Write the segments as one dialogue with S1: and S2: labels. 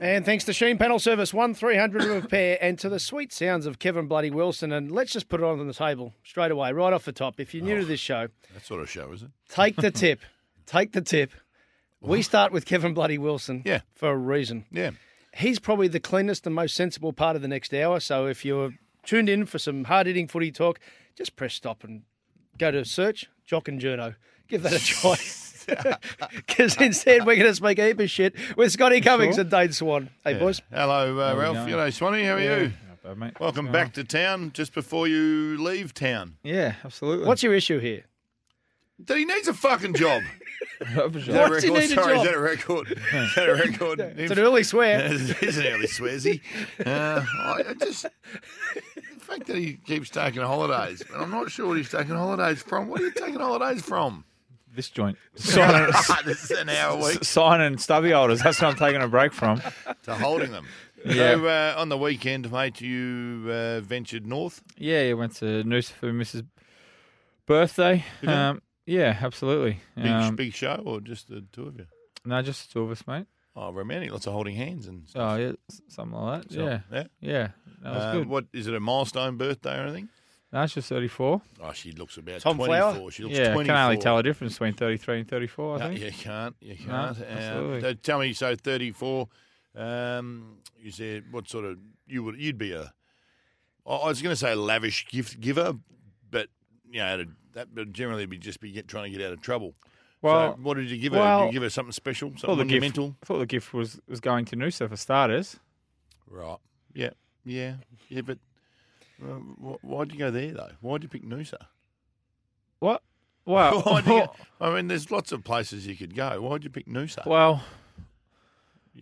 S1: And thanks to Sheen Panel Service, 1300 repair, and to the sweet sounds of Kevin Bloody Wilson. And let's just put it on the table straight away, right off the top. If you're new to this show,
S2: That sort of show, is it?
S1: take the tip. Take the tip. We start with Kevin Bloody Wilson
S2: Yeah.
S1: for a reason.
S2: Yeah.
S1: He's probably the cleanest and most sensible part of the next hour. So if you're tuned in for some hard hitting footy talk, just press stop and go to search Jock and Journo. Give that a try. Because instead, we're going to speak a heap of shit with Scotty Cummings and Dane Swan. Hey, boys.
S2: Hello, uh, Ralph. Hello, Swanee. How are you?
S3: Not bad, mate.
S2: Welcome
S3: What's going
S2: back to town just before you leave town.
S3: on? Yeah, absolutely.
S1: What's your issue here?
S2: That he needs a fucking job. Is
S3: your
S2: that a
S1: What's
S2: record?
S1: he need a
S2: Sorry,
S1: job?
S2: is that a record? Is that a record?
S1: It's an early swear.
S2: He's an early swearsy. Uh, I I just the fact that he keeps taking holidays, and I'm not sure what he's taking holidays from. What are you taking holidays from?
S3: this joint? Sign and,
S2: this is an hour a week uh,
S3: sign and stubby holders. That's what I'm taking a break from.
S2: to holding them. So uh, on the weekend, mate, you uh, ventured north.
S3: Yeah, you went to Noosa for Mrs. Birthday. Um, yeah, absolutely.
S2: Big,
S3: Um,
S2: big show or just the two of you?
S3: no, just the two of us, mate.
S2: Oh, romantic. Lots of holding hands and stuff.
S3: Oh, yeah, s- something like that.
S2: So,
S3: yeah,
S2: yeah.
S3: yeah. That was
S2: Uh,
S3: good.
S2: What is it? A milestone birthday or anything?
S3: No, it's just 34.
S2: Oh, she looks about
S1: Tom
S2: twenty-four.
S1: Flower?
S2: She looks
S3: Yeah, I
S2: twenty-four.
S3: can only tell the difference between 33 and 34, I
S2: No,
S3: think.
S2: you can't. You
S3: No,
S2: can't. Uh,
S3: absolutely.
S2: so tell me, so thirty-four. Um, you said what sort of you would? You'd be a. I I was going to say lavish gift giver, but you know that'd- that would generally be just be get, trying to get out of trouble.
S3: Well,
S2: so what did you give her? Did
S3: well,
S2: you give her something special,
S3: I thought
S2: something
S3: the gift,
S2: monumental?
S3: I thought the gift was, was going to Noosa for starters.
S2: Right. Yeah. Yeah. Yeah. But uh, wh- why'd you go there though? Why'd you pick Noosa?
S3: What? Well,
S2: Why'd you go- I mean, there's lots of places you could go. Why'd you pick Noosa?
S3: Well,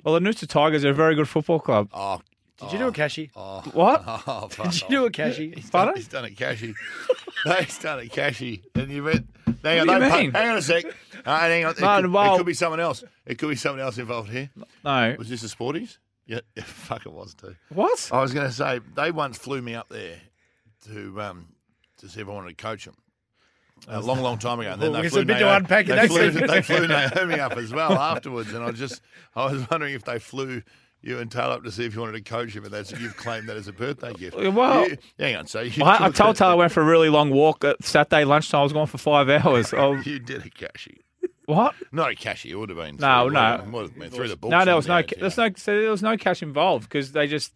S3: well, the Noosa Tigers are a very good football club.
S2: Oh,
S1: Did you do a cashy?
S2: oh,
S3: What?
S2: Oh, fuck
S1: Did you do
S2: off.
S1: a cashy?
S2: He's done,
S3: Pardon?
S2: he's done a cashy. no, he's done a cashy. And you went. Hang on,
S3: What do you
S2: no, pa-
S3: mean?
S2: hang on a sec. Uh, hang on. It,
S3: Man,
S2: could,
S3: well-
S2: it could be someone else. It could be someone else involved here.
S3: No.
S2: Was this a Sporties? Yeah, yeah fuck, it was too.
S3: What?
S2: I was going to say they once flew me up there to um, to see if I wanted to coach them. A long, long time ago, and then
S1: Well,
S2: they
S1: it's
S2: flew
S1: a bit to
S2: Naomi-
S1: unpack it,
S2: They flew,
S1: actually.
S2: they flew Naomi up as well afterwards, and I just I was wondering if they flew you and Taylor up to see if you wanted to coach him, and that's you've claimed that as a birthday gift.
S3: Well-
S2: You- hang on, so you
S3: Well, I, I
S2: took
S3: told
S2: a-
S3: Taylor I went for a really long walk at Saturday lunchtime. I was gone for five hours. Oh,
S2: you did a cashy,
S3: what?
S2: not a cashy. It would have been
S3: No,
S2: through,
S3: no.
S2: it would have been through the books.
S3: No, there
S2: and
S3: was no,
S2: that,
S3: ca-
S2: yeah.
S3: there's no, so there was no cash involved because they just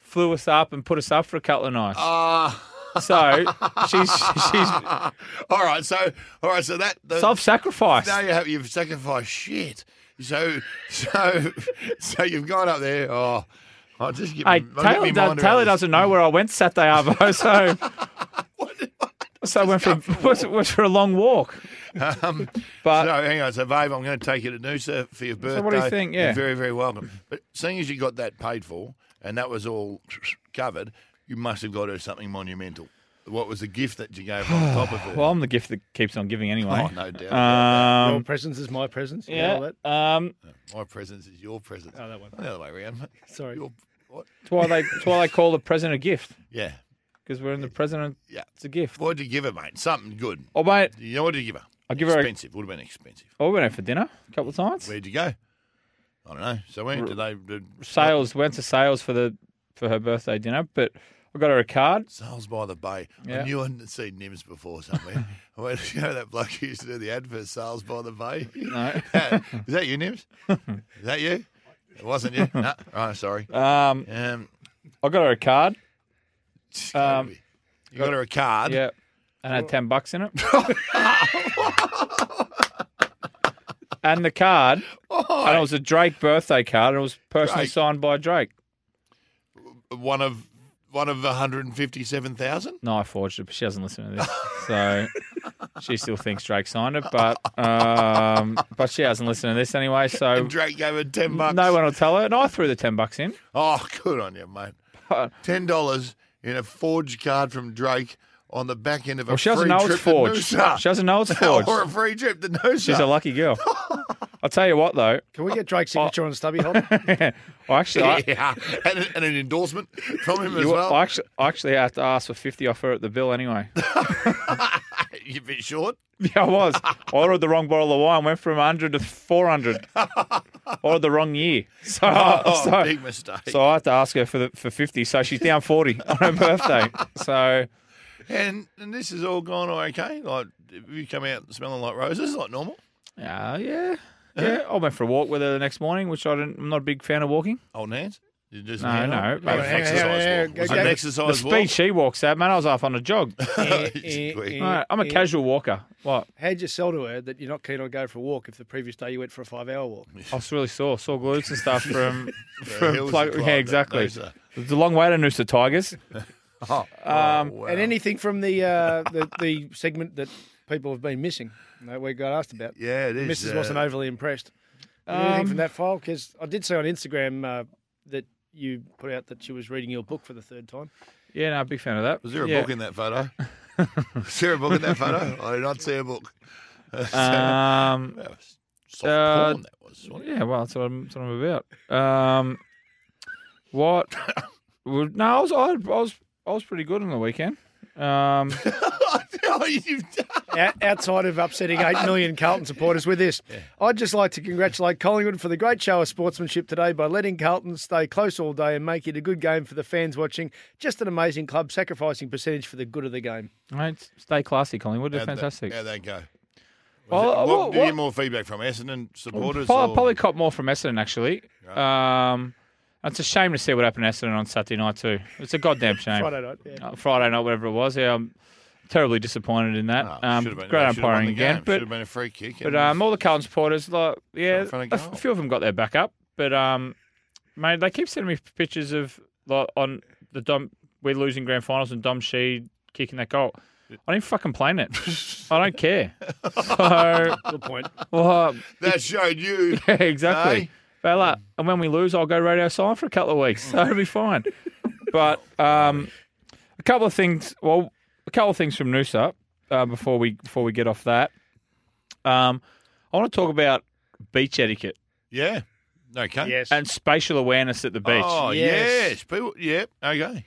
S3: flew us up and put us up for a couple of nights.
S2: Ah.
S3: so she's she's
S2: all right, so all right, so that the,
S3: self-sacrifice.
S2: Now you have, you've sacrificed shit. So, so, so you've gone up there. Oh, I'll just get.
S3: Hey,
S2: I'll get
S3: Taylor,
S2: me
S3: does,
S2: mind
S3: Taylor
S2: around this.
S3: doesn't know where I went Saturday arvo, so so I went for was, was for a long walk.
S2: Um,
S3: But-
S2: so hang on. So, babe, I'm going to take you to Noosa for your birthday.
S3: So what do you think?
S2: You're
S3: Yeah.
S2: very, very welcome. But seeing as you got that paid for and that was all covered, you must have got her something monumental. What was the gift that you gave her on top of it?
S3: Well, I'm the gift that keeps on giving anyway.
S2: Oh, no doubt.
S1: Your
S3: Um,
S1: presence is my presence. all
S3: yeah.
S1: that.
S3: Um,
S2: My presence is your presence.
S1: Oh, that one.
S2: The other way around. mate.
S1: Sorry.
S2: Your
S3: That's why they that's why they call the present a gift
S2: Yeah.
S3: because we're in the present.
S2: Yeah.
S3: It's a gift.
S2: What'd you give her, mate? Something good.
S3: Oh mate,
S2: You know what did you give her?
S3: I'll give her a-
S2: expensive. Would have been expensive.
S3: oh, we went out for dinner a couple of times.
S2: Where'd you go? I don't know. So where did they did
S3: sales went to sales for the for her birthday dinner, but I got her a card.
S2: Sales by the Bay. I
S3: Yeah.
S2: knew I hadn't seen Nims before somewhere. I went, you know that bloke who used to do the ad for Sales by the Bay?
S3: No.
S2: Is that you, Nims? Is that you? It wasn't you? No. Right, sorry.
S3: Um,
S2: Um,
S3: I got her a card. Um,
S2: you got her a card.
S3: Yeah, and had ten bucks in it.
S2: Oh,
S3: and the card, and it was a Drake birthday card, and it was personally
S2: Oh, Drake.
S3: signed by Drake.
S2: One of one of 157,000?
S3: No, I forged it, but she doesn't listen to this, so she still thinks Drake signed it. But um, but she hasn't listened to this anyway, so
S2: And Drake gave her 10 bucks.
S3: no one will tell her. And I threw the ten bucks in.
S2: Oh, good on you, mate. Ten dollars in a forged card from Drake on the back end of a
S3: Well, she doesn't
S2: free
S3: know
S2: trip
S3: it's forged.
S2: to
S3: She
S2: Noosa.
S3: doesn't know it's forged.
S2: or a free trip to Noosa.
S3: She's a lucky girl. I'll tell you what, though.
S1: Can we get Drake's
S2: Oh.
S1: signature on Stubby Eh, Hop?
S3: I actually, I,
S2: yeah, and, an- and an endorsement from him as
S3: you-
S2: well.
S3: I actually, I actually had to ask for fifty off her at the bill anyway.
S2: You're a bit short.
S3: Yeah, I was. I ordered the wrong bottle of wine. Went from 100 to 400. ordered the wrong year. So,
S2: Oh,
S3: so,
S2: big mistake.
S3: so I had to ask her for the, for 50. So she's down 40 on her birthday. So
S2: And and this has all gone okay. Like if you come out smelling like roses, like normal.
S3: yeah, yeah, yeah. I went for a walk with her the next morning, which I didn't, I'm not a big fan of walking.
S2: Old hands. You just
S3: No,
S2: you know,
S3: no,
S2: like
S3: mate.
S2: an exercise walk. Was it an
S3: The
S2: exercise walk.
S3: speed she walks at, man, I was off on a jog.
S2: Quick.
S3: Mate, I'm a casual walker. What?
S1: eh, How'd you sell to her that you're not keen on going for a walk if the previous day you went for a five hour walk?
S3: I was really sore, sore glutes and stuff from
S2: hills
S3: from
S2: you
S3: plug,
S2: climbed
S3: yeah,
S2: up,
S3: exactly.
S2: those are-
S3: It's a long way to Noosa Tigers.
S2: Um,
S1: And anything from the, uh, the the segment that people have been missing that we got asked about?
S2: yeah, it is.
S1: Mrs.
S2: uh,
S1: wasn't overly impressed. Anything from that file? Because I did see on Instagram uh, that you put out that she was reading your book for the third time.
S3: Yeah, no, big fan of that.
S2: Was there a
S3: yeah.
S2: book in that photo? was there a book in that photo? I did not see a book.
S3: Um,
S2: That was soft
S3: Uh,
S2: porn, that was. wasn't it?
S3: yeah, well, that's what I'm, that's what I'm about. Um, what? well, no, I was, I, was, I was pretty good on the weekend. Um,
S2: Oh, you've done-
S1: O- outside of upsetting 8 million Carlton supporters with this, I'd just like to congratulate Collingwood for the great show of sportsmanship today by letting Carlton stay close all day and make it a good game for the fans watching. Just an amazing club sacrificing percentage for the good of the game.
S3: mate, stay classy, Collingwood. They're
S2: How'd that-
S3: fantastic.
S2: How'd that go? Was
S3: Well,
S2: it- what,
S3: uh, what-
S2: do you get
S3: what-
S2: more feedback from Essendon supporters?
S3: Probably,
S2: or-
S3: probably caught more from Essendon actually. Um, it's a shame to see what happened to Essendon on Saturday night too. It's a goddamn shame.
S1: Friday night. Yeah.
S3: uh, Friday night, whatever it was. Yeah, I'm terribly disappointed in that.
S2: Oh,
S3: um,
S2: should've been-
S3: great
S2: they should've won
S3: umpiring
S2: the
S3: again,
S2: game.
S3: but
S2: Should've been a free kick.
S3: but
S2: and-
S3: um, all the Carlton supporters, like yeah,
S2: in front
S3: a
S2: of
S3: f-
S2: goal.
S3: few of them got their back up, but um, mate, they keep sending me pictures of like on the Dom. We're losing grand finals and Dom Sheed kicking that goal. I didn't fucking play in it. I don't care. So,
S1: Good point.
S3: well,
S2: that showed you.
S3: yeah, exactly.
S2: Eh?
S3: But like, and when we lose, I'll go radio silent for a couple of weeks. So it'll be fine. But um, a couple of things. Well, a couple of things from Noosa uh, before we before we get off that. Um, I want to talk about beach etiquette
S2: Yeah. Okay.
S1: Yes.
S3: and spatial awareness at the beach.
S2: Oh, yes.
S1: Yes.
S2: People, yep. Okay.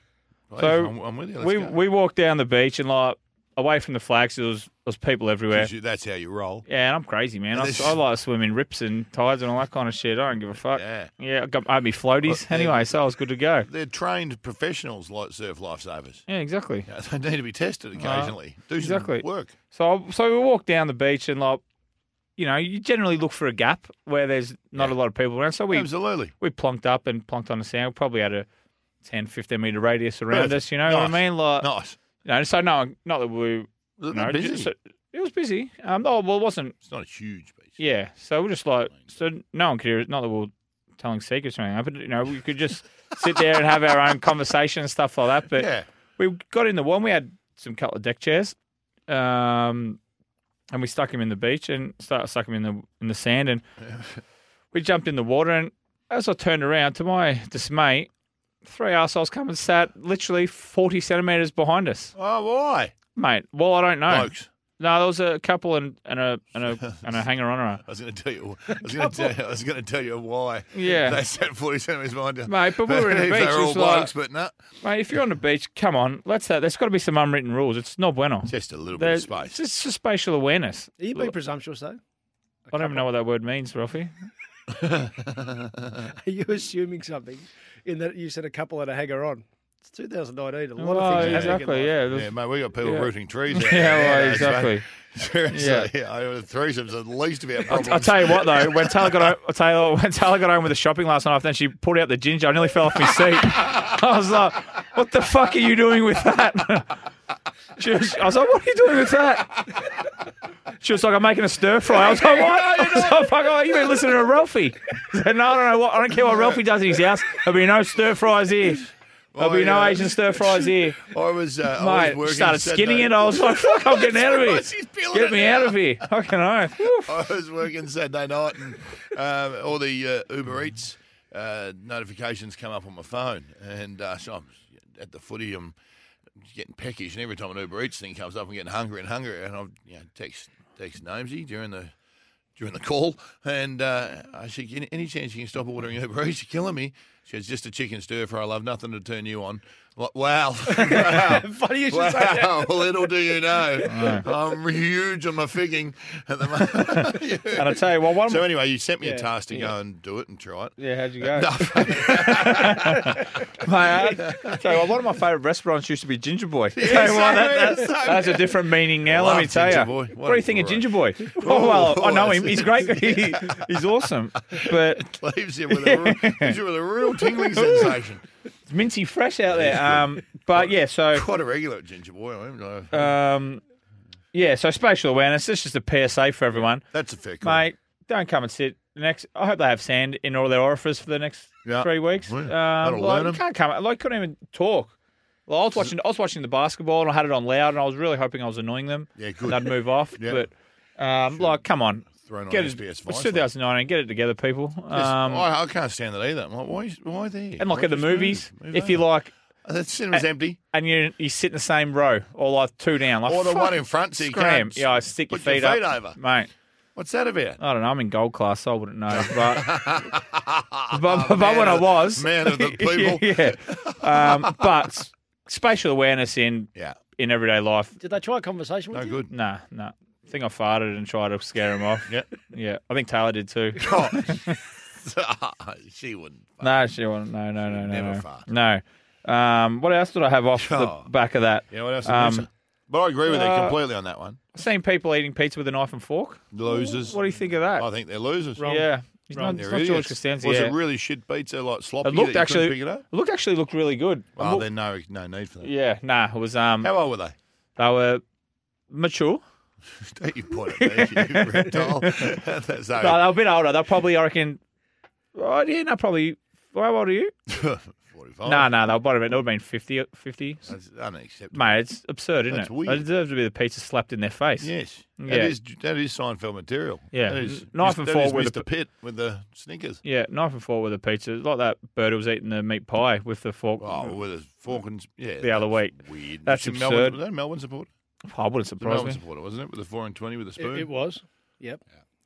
S2: Please,
S3: So,
S2: I'm, I'm with you. Let's
S3: we
S2: go.
S3: we walked down the beach and like away from the flags, there was there was people everywhere.
S2: 'Cause you- that's how you roll.
S3: Yeah, and I'm crazy, man. I,
S2: This-
S3: I like swimming rips and tides and all that kind of shit. I don't give a fuck.
S2: Yeah.
S3: I, got, I had me floaties
S2: Well, yeah.
S3: anyway, so I was good to go.
S2: They're trained professionals like surf lifesavers.
S3: Yeah, exactly.
S2: Yeah, They need to be tested occasionally. Do some
S3: Uh-huh. exactly.
S2: work.
S3: So so we walked down the beach and like, you know, you generally look for a gap where there's not a lot of people around. So we
S2: Absolutely.
S3: we plonked up and plonked on the sand. We probably had a 10, 15 meter radius around us. You know what I
S2: Nice.
S3: mean? Like,
S2: Nice.
S3: you know, so no, not that we.
S2: Wasn't
S3: No,
S2: that busy?
S3: just- it was busy. Um, oh well, it wasn't.
S2: It's not a huge beach.
S3: Yeah. So we're just like, so no one could hear. it. Not that we we're telling secrets or anything, but you know, we could just sit there and have our own conversation and stuff like that. But
S2: Yeah.
S3: we got in the one. We had some couple of deck chairs, um, and we stuck him in the beach and started stuck him in the in the sand, and we jumped in the water. And as I turned around, to my dismay, three arseholes come and sat literally forty centimeters behind us,
S2: Oh, why?
S3: mate. Well, I don't know.
S2: Blokes.
S3: No, there was a couple and, and a and a and a hanger on
S2: I was going to tell you. I was going to tell you. I was going to tell you why.
S3: Yeah.
S2: They said forty centimeters behind you,
S3: Mate, but we were in the
S2: If
S3: beach,
S2: They were all
S3: it's like-
S2: blokes, but no,
S3: Mate, if you're on the beach, come on, let's. Uh, there's got to be some unwritten rules. It's no bueno.
S2: just a little
S3: There's
S2: bit of space.
S3: It's just spatial awareness.
S1: Are you being presumptuous though?
S3: I don't even know what that word means, Ralphie.
S1: Are you assuming something in that you said a couple and a hanger on? It's 2019. A lot
S3: Well,
S1: of things. happen in
S3: exactly.
S1: life.
S3: Yeah.
S2: Yeah,
S3: there's-
S2: mate, we got people
S3: Yeah.
S2: rooting trees. Out
S3: Yeah,
S2: there
S3: well,
S2: nowadays, mate.
S3: exactly.
S2: Seriously,
S3: Yeah.
S2: yeah. I- threesomes are the least of our
S3: I'll,
S2: problems.
S3: I'll tell you what though, when Taylor got home, I'll tell you, when Taylor got home with the shopping last night, then she pulled out the ginger. I nearly fell off my seat. I was like, "What the fuck are you doing with that?" She was, I was like, "What are you doing with that?" She was like, "I'm making a stir fry." I was like, "What?" I was like, "Fuck, oh, you been listening to Ralphie?" I said, "No, I don't know what. I don't care what Ralphie does in his house. There'll be no stir fries here.
S2: Oh,
S3: There'll be no
S2: yeah.
S3: Asian stir fries here."
S2: I was, uh, I was
S3: Mate,
S2: working
S3: started
S2: Saturday.
S3: skinning it. I was like, "Fuck, I'm getting out of
S2: Right, she's
S3: here.
S2: peeling
S3: Get
S2: it Oh,
S3: me out of here. Fucking oath." Woof.
S2: I was working Saturday night, and um, all the uh, Uber Eats uh, notifications come up on my phone, and uh, so I'm at the footy. I'm getting peckish, and every time an Uber Eats thing comes up, I'm getting hungry and hungry, and I you know, text text Namesy during the during the call, and uh, I said, "Any- "Any chance you can stop ordering Uber Eats? You're killing me." She says, "Just a chicken stir fry. I love nothing to turn you on." I'm like, wow,
S1: Funny you should say that.
S2: wow! Little do you know, I'm huge on my figging at the moment.
S3: And I tell you what, one
S2: So anyway, you sent me a task to
S3: yeah.
S2: go and do it and try it.
S3: Yeah, how'd you go? Mate, I uh, tell you what, one of my favourite restaurants used to be Ginger Boy. Tell you what, that-
S2: so
S3: that- that's a different meaning now, let
S2: love
S3: me tell
S2: Ginger
S3: you.
S2: Boy. What
S3: What do
S2: a
S3: you think of
S2: great-
S3: Ginger Boy? Oh, well, I know
S2: I
S3: him.
S2: see.
S3: He's great. He- he's awesome. But
S2: Leaves you with a, real- leaves you with a real tingling sensation.
S3: it's minty fresh out there. Um, but yeah, so
S2: Quite a regular at Ginger Boy. I uh, don't know.
S3: um, yeah, so spatial awareness. This is just a PSA for everyone.
S2: That's a fair call.
S3: Mate, don't come and sit. The next, I hope they have sand in all their orifice for the next
S2: Yeah.
S3: three weeks.
S2: Yeah.
S3: Um,
S2: That'll
S3: like,
S2: learn 'em.
S3: you Can't come. Like, couldn't even talk. Like, I was watching. I was watching the basketball, and I had it on loud, and I was really hoping I was annoying them.
S2: Yeah,
S3: and
S2: good.
S3: They'd move off.
S2: Yeah.
S3: But, um, like, come on,
S2: Thrown on
S3: get it.
S2: SBS
S3: It's
S2: Vice.
S3: 2019. Get it together, people.
S2: Yes,
S3: Um,
S2: I, I can't stand it either. I'm like, why, why there?
S3: and like
S2: Why
S3: at the
S2: just move?
S3: movies,
S2: Move
S3: if you
S2: over.
S3: like,
S2: The cinema's empty.
S3: and you you sit in the same row or like two down, like
S2: Or the
S3: fuck,
S2: one in front so you
S3: scram.
S2: can't
S3: Yeah, I stick
S2: put
S3: your
S2: your
S3: feet,
S2: feet
S3: up,
S2: over.
S3: mate.
S2: What's that about?
S3: I don't know. I'm in gold class, so I wouldn't know. But but, but when I
S2: of-
S3: was
S2: man of the people.
S3: yeah. Um, but spatial awareness in
S2: Yeah.
S3: in everyday life,
S1: Did they try a conversation with
S2: No
S1: you?
S2: good.
S3: nah, nah. I think I farted and tried to scare him off.
S2: Yeah. Oh.
S3: yeah. I think Taylor did too.
S2: she wouldn't.
S3: no, she wasn't. No, no, no, no,
S2: never
S3: no.
S2: fart.
S3: No. Um, what else did I have off
S2: Oh.
S3: the back of that?
S2: You know what else?
S3: Um,
S2: but I agree with you
S3: uh,
S2: completely on that one.
S3: Seen people eating pizza with a knife and fork.
S2: Losers.
S3: What do you think of that?
S2: I think they're losers.
S1: Wrong.
S3: Yeah, he's
S1: Wrong.
S3: not, it's
S2: They're
S3: not George
S2: idiots.
S3: Costanza.
S2: Was
S3: yeah.
S2: it really shit pizza, like sloppy?
S3: it looked
S2: that you couldn't
S3: actually
S2: Pick it up?
S3: looked actually looked really good. It
S2: Well,
S3: looked-
S2: then no, no need for that.
S3: yeah, nah, it was um,
S2: How old were they?
S3: they were mature.
S2: Don't you point at me, you reptile. That's
S3: No,
S2: how
S3: they're a bit older. They're probably, I reckon. Oh, yeah, no, probably. How old are you?
S2: 45.
S3: No, no, they would have been, they would have been 50, 50.
S2: That's unacceptable.
S3: Mate, it's absurd, isn't
S2: That's
S3: it?
S2: weird.
S3: They deserve to be the pizza slapped in their face.
S2: Yes. That
S3: Yeah.
S2: is that is Seinfeld material.
S3: Yeah.
S2: That is,
S3: Knife and
S2: that is
S3: fork with
S2: Mr.
S3: a-
S2: Pitt with the sneakers.
S3: Yeah, knife and fork with a pizza. It's like that bird who was eating the meat pie with the fork.
S2: Oh, with a fork and yeah.
S3: Mm. The other
S2: that's
S3: week.
S2: Weird.
S3: That's
S2: Was she Melbourne,
S3: absurd.
S2: was that a Melbourne supporter?
S3: I wouldn't
S2: It was a
S3: surprise
S2: Melbourne
S3: me.
S2: supporter, wasn't it? With a four and twenty with a spoon.
S1: It, it was. Yep.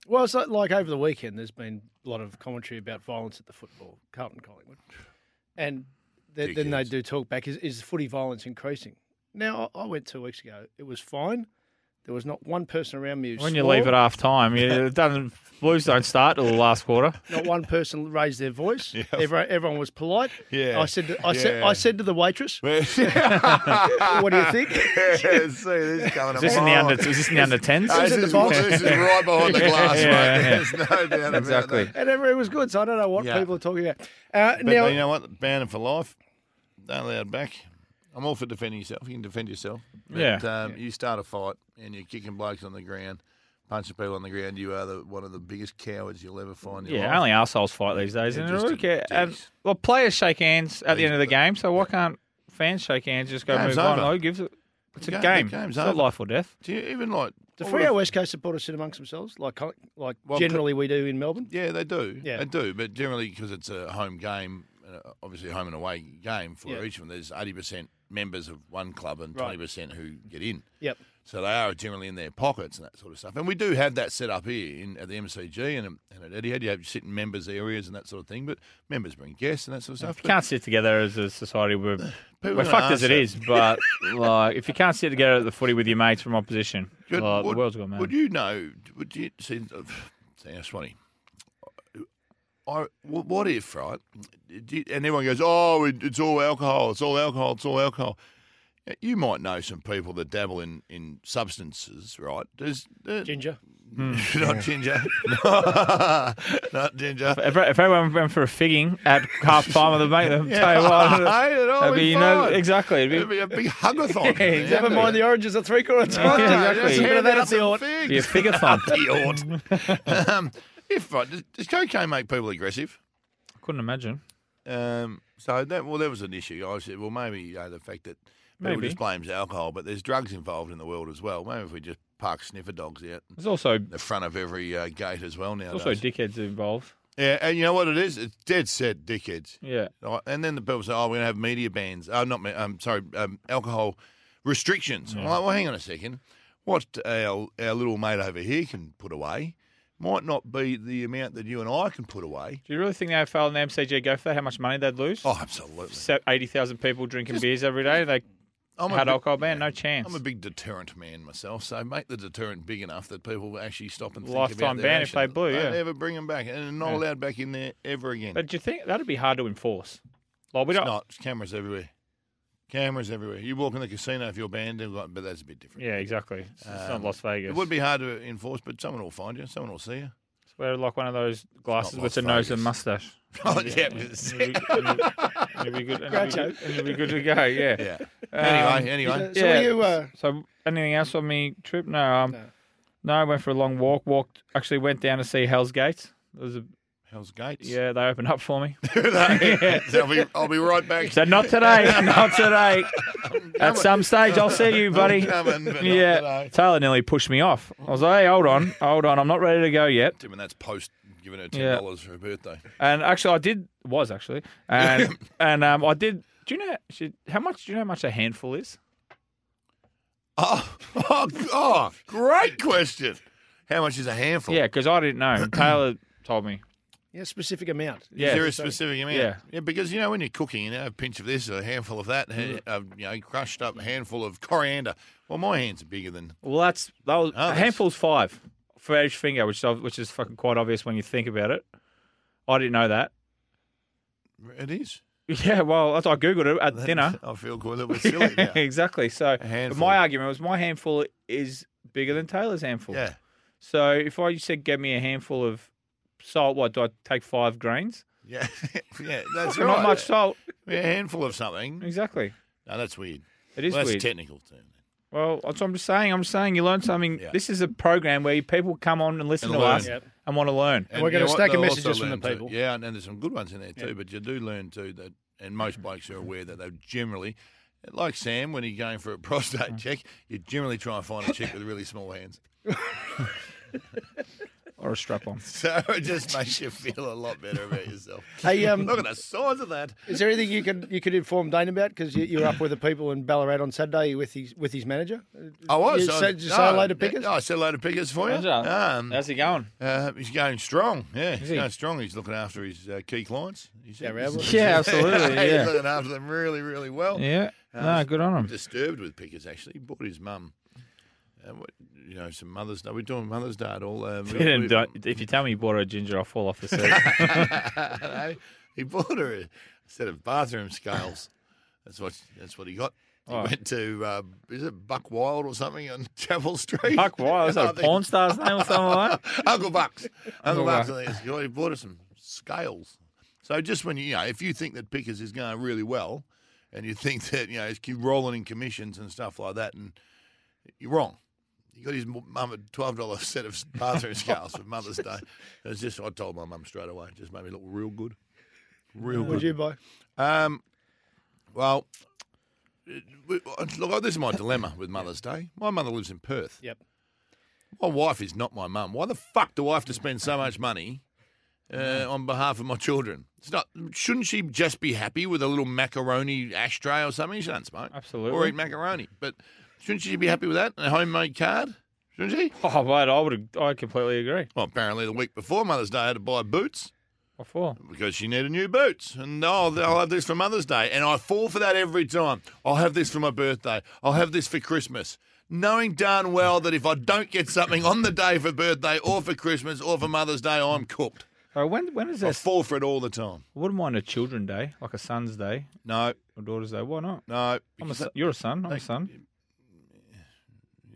S1: Well, it's like, like over the weekend, there's been a lot of commentary about violence at the football, Carlton Collingwood. And th- then they
S2: Dickheads.
S1: do talk back is, is footy violence increasing? Now, I, I went two weeks ago. It was fine. There was not one person around me who
S3: When you
S1: swore.
S3: leave at half time, you, it doesn't, Blues don't start till the last quarter.
S1: Not one person raised their voice. Everyone, everyone was polite.
S2: Yeah.
S1: I said, to, I said, I
S2: Yeah.
S1: said to the waitress,
S2: yeah,
S1: "What do you think?"
S2: see this coming
S3: Is this in the under? Is this in the under tens?
S2: This Oh. is, this is right behind the glass, mate.
S3: Yeah, yeah.
S2: There's no doubt about
S3: Exactly.
S2: that.
S1: and everyone was good. So I don't know what
S2: Yeah.
S1: people are talking about. Uh,
S2: But
S1: now,
S2: you know what? Banned for life. Don't allow it back. I'm all for defending yourself. You can defend yourself. But,
S3: Yeah.
S2: Um, You start a fight and you're kicking blokes on the ground, punching people on the ground. You are the, one of the biggest cowards you'll ever find. In
S3: Yeah,
S2: life.
S3: only assholes fight these days,
S2: Yeah,
S3: and
S2: just
S3: I don't care. And,
S2: dicks.
S3: well, players shake hands at the end of the game, so why can't fans shake hands? Just go
S2: Game's
S3: move on.
S2: over.
S3: No, who gives it? It's a
S2: Ga- the
S3: game.
S2: game's
S3: it's not
S2: over.
S3: life or death.
S2: Do you even like
S1: do
S2: I
S1: Freo
S2: would've-
S1: West Coast supporters sit amongst themselves like Coll- like
S2: Well,
S1: generally we do in Melbourne?
S2: Yeah, they do.
S1: Yeah.
S2: they do. But generally, because it's a home game, uh, obviously a home and away game for
S1: Yeah.
S2: each of them. There's eighty percent members of one club and
S1: Right.
S2: twenty percent who get in.
S1: Yep.
S2: So they are generally in their pockets and that sort of stuff. And we do have that set up here in, at the MCG and, um, and at Etihad. You have you sit in members' areas and that sort of thing. But members bring guests and that sort of stuff.
S3: If you can't sit together as a society, we're, we're
S2: gonna
S3: fucked
S2: ask
S3: as it
S2: that.
S3: is. But like, if you can't sit together at the footy with your mates from opposition,
S2: Good.
S3: like,
S2: would,
S3: the world's gone mad.
S2: Would you know? Would you see? uh, See, that's funny. I, wh- what if, right? do you- And everyone goes, "Oh, it- it's all alcohol. It's all alcohol. It's all alcohol." You might know some people that dabble in, in substances, right? There's, there-
S1: Ginger.
S3: Hmm.
S2: not ginger, not ginger.
S3: If, if everyone went for a figging at half time of the mate, they'll
S2: Yeah,
S3: tell you what.
S2: it'd all
S3: that'd
S2: be
S3: be, you know,
S2: fine.
S3: exactly. It'd be-
S2: It'd be a big hugathon.
S1: Never mind the oranges are three quarter time.
S3: exactly.
S1: Just a bit of that at the
S2: Hand
S1: Ort.
S2: out some
S3: Be a
S2: figs.
S3: figure-thon.
S2: Idiot. um, if right, does, does cocaine make people aggressive?
S3: I couldn't imagine.
S2: Um, so that well, that was an issue. I said, well, maybe you know, the fact that people
S3: Maybe.
S2: just blames alcohol, but there's drugs involved in the world as well. Maybe if we just park sniffer dogs out in
S3: There's also
S2: the front of every uh, gate as well now.
S3: there's also dickheads involved.
S2: yeah, and you know what it is? It's dead set dickheads.
S3: Yeah.
S2: Right, And then the people say, oh, we're going to have media bans. Oh, not, me- um, sorry, um, alcohol restrictions. I'm like, well, hang on a second. What our, our little mate over here can put away might not be the amount that you and I can put away.
S3: Do you really think the AFL and the MCG go for that? How much money they'd lose?
S2: Oh, absolutely.
S3: Se- 80,000 people drinking beers every day. They
S2: I'm a
S3: had
S2: big-
S3: alcohol ban, no chance.
S2: I'm a big deterrent man myself, so make the deterrent big enough that people actually stop and think about
S3: Lifetime
S2: their
S3: ban if they
S2: actions.
S3: blew,
S2: Don't
S3: yeah.
S2: ever bring them back, and they're not allowed back in there ever again.
S3: But do you think that'd be hard to enforce? Like we
S2: it's
S3: don't.
S2: not. It's cameras everywhere. Cameras everywhere. You walk in the casino if you're banned, they've got- but that's a bit different.
S3: Yeah, exactly. It's, it's not Las Vegas.
S2: Um, It would be hard to enforce, but someone will find you. Someone will see you.
S3: Wear like one of those glasses
S2: not
S3: with a
S2: Las
S3: nose and
S2: Vegas.
S3: mustache.
S2: Oh, yeah.
S3: And you'd, be- and you'd- and you'd be good. And you'd, be good- and you'd be good to go. Yeah. Um,
S2: yeah. Anyway, anyway.
S1: So
S3: Yeah.
S1: are you uh,
S3: So anything else on me trip? No. Um, no. I went for a long walk. Walked. Actually went down to see Hell's Gates. It was a,
S2: Hell's Gates.
S3: yeah, they opened up for me.
S2: I'll, be, I'll be right back.
S3: So not today. Not today. At some stage, I'll see you, buddy.
S2: coming, but not
S3: yeah.
S2: today.
S3: Taylor nearly pushed me off. I was like, hey, hold on, hold on. I'm not ready to go yet.
S2: Tim, and that's post giving her $10
S3: Yeah.
S2: for her birthday.
S3: And actually, I did was actually, and and um, I did. Do you know she, how much? Do you know how much a handful is?
S2: Oh, oh, oh, great question. How much is a handful?
S3: Yeah, because I didn't know. Taylor told me.
S1: yeah, specific amount?
S3: Yeah.
S2: Is there a specific amount?
S3: Yeah.
S2: because you know when you're cooking, you know a pinch of this, a handful of that,
S3: Mm.
S2: a, a, you know crushed up handful of coriander. Well, my hands are bigger than.
S3: Well, that's that was
S2: Oh,
S3: a
S2: that's-
S3: handful's five for each finger, which is- which is fucking quite obvious when you think about it. I didn't know that.
S2: It is.
S3: Yeah, well, that's I googled it at dinner.
S2: I feel quite a little bit silly now.
S3: exactly. So but
S2: handful.
S3: my argument was my handful is bigger than Taylor's handful.
S2: Yeah.
S3: So if I said, "Give me a handful of salt," what do I take five grains?
S2: Yeah. yeah. That's
S3: Not
S2: right.
S3: much salt.
S2: Yeah, a handful of something.
S3: Exactly.
S2: No, that's weird.
S3: It is
S2: well, that's
S3: weird.
S2: a technical term.
S3: Well, that's what I'm just saying. I'm just saying you learn something.
S2: Yeah.
S3: This is a program where people come on and listen
S2: And
S3: to
S2: learn.
S3: us
S1: Yep.
S3: and want to learn.
S1: we're
S2: you
S1: gonna
S2: know what?
S1: stack your
S2: They'll also
S1: messages from
S2: learn
S1: the
S2: too.
S1: people.
S2: Yeah, and, and there's some good ones in there too. But you do learn too that, and
S1: Mm-hmm.
S2: most blokes are aware that they generally, like Sam when he's going for a
S1: Mm.
S2: prostate check, you generally try and find a chick with really small hands.
S3: Or a strap on.
S2: So it just makes you feel a lot better about yourself.
S1: Hey, um,
S2: Look at the size of that.
S1: is there anything you could you could inform Dane about? Because you, you're up with the people in Ballarat on Saturday with his with his manager.
S2: I was.
S1: You
S2: Oh, I-
S1: said- you say hello to Pickers?
S2: No, I said hello to Pickers for you. Um,
S3: How's he going?
S2: uh, he's going strong. Yeah, he's
S3: he?
S2: going strong. He's looking after his uh, key clients. He's,
S1: Yeah, Raoul.
S3: Yeah, absolutely.
S2: he's
S3: Yeah. Hmm.
S2: looking after them really, really well.
S3: Yeah.
S2: Uh,
S3: No, good on him.
S2: disturbed with Pickers actually. He bought his mum, uh, what, you know, some Mother's Day. We're doing Mother's Day at all. Um, we- we-
S3: if you tell me you bought her a ginger, I'll fall off the seat.
S2: No, he bought her a set of bathroom scales. That's what that's what he got. He
S3: Oh.
S2: went to uh, is it Buck Wild or something on Chapel Street?
S3: Fuck, why? Is
S2: I
S3: that a
S2: think-
S3: porn star's name or something like that?
S2: Uncle Bucks. Uncle
S3: Uncle
S2: Bucks.
S3: Buck.
S2: I think it's- He bought us some scales. So just when you, you know, if you think that Pickers is going really well, and you think that you know he's keep rolling in commissions and stuff like that, and you're wrong. He got his m- mum a twelve dollar set of bathroom scales for Mother's Day. It was just I told my mum straight away. It just made me look real good, real
S1: Would
S2: good.
S1: you buy?
S2: Um, well, it- we- look, this is my dilemma with Mother's Day. My mother lives in Perth.
S1: Yep.
S2: My wife is not my mum. Why the fuck do I have to spend so much money uh, on behalf of my children. It's not. Shouldn't she just be happy with a little macaroni ashtray or something? She doesn't smoke. Or
S3: Absolutely.
S2: eat macaroni. But shouldn't she be happy with that? A homemade card? Shouldn't she?
S3: Oh, mate, I would I completely agree.
S2: Well, apparently the week before Mother's Day, I had to buy boots
S3: What for?
S2: because she needed new boots. And oh, I'll have this for Mother's Day. And I fall for that every time. I'll have this for my birthday. I'll have this for Christmas. Knowing darn well that if I don't get something on the day for birthday or for Christmas or for Mother's Day, I'm cooked.
S3: Oh, when when is
S2: I
S3: this?
S2: fall for it all the time.
S3: I wouldn't mind a children day, like a son's day
S2: No,
S3: or daughter's day. Why not?
S2: no.
S3: I'm a,
S2: because
S3: son-
S2: that-
S3: you're a son. I'm a
S2: they-
S3: son.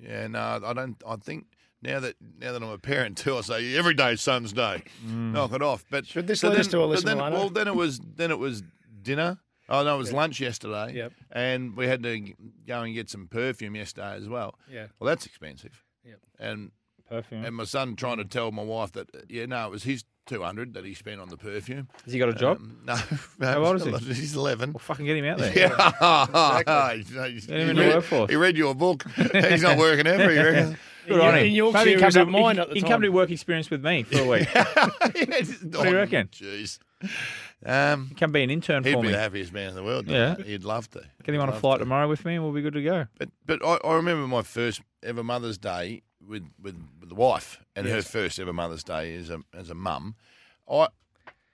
S2: yeah, no, I don't. I think now that now that I'm a parent too, I say every day's son's day.
S3: Mm.
S2: Knock it off. But
S1: Should this
S2: so
S1: lead us
S2: then-
S1: to a
S2: but
S1: listen,
S2: then-
S1: Lino?
S2: Well, then it was then it was dinner. Oh no, it was lunch yesterday.
S1: Yep.
S2: And we had to g- go and get some perfume yesterday as well.
S1: Yeah.
S2: Well, that's expensive.
S1: Yep.
S2: And
S3: Perfume.
S2: and my son trying to tell my wife that uh, yeah, no, it was his two hundred that he spent on the perfume.
S3: Has he got a job?
S2: Um, no,
S3: How old is he?
S2: He's eleven.
S3: We'll fucking get him out there.
S2: Yeah, He's-
S3: Get him in
S2: he
S3: the
S2: read-
S3: workforce.
S2: He read your book. He's not working ever. He reckons.
S3: Good
S1: In-
S3: on him.
S1: in Yorkshire,
S3: Maybe he
S1: he
S3: comes
S1: was at
S3: to
S1: mine at the
S3: he can come
S1: time.
S3: to work experience with me for a week.
S2: what
S3: do you reckon?
S2: Oh, Jeez. Um,
S3: He can be an intern
S2: he'd
S3: for
S2: be
S3: me.
S2: the happiest man in the world.
S3: Yeah.
S2: Yeah, he'd love to.
S3: Get him on a flight tomorrow with me, and we'll be good to go.
S2: But but I, I remember my first ever Mother's Day with with, with the wife, and her first ever Mother's Day as a as a mum. I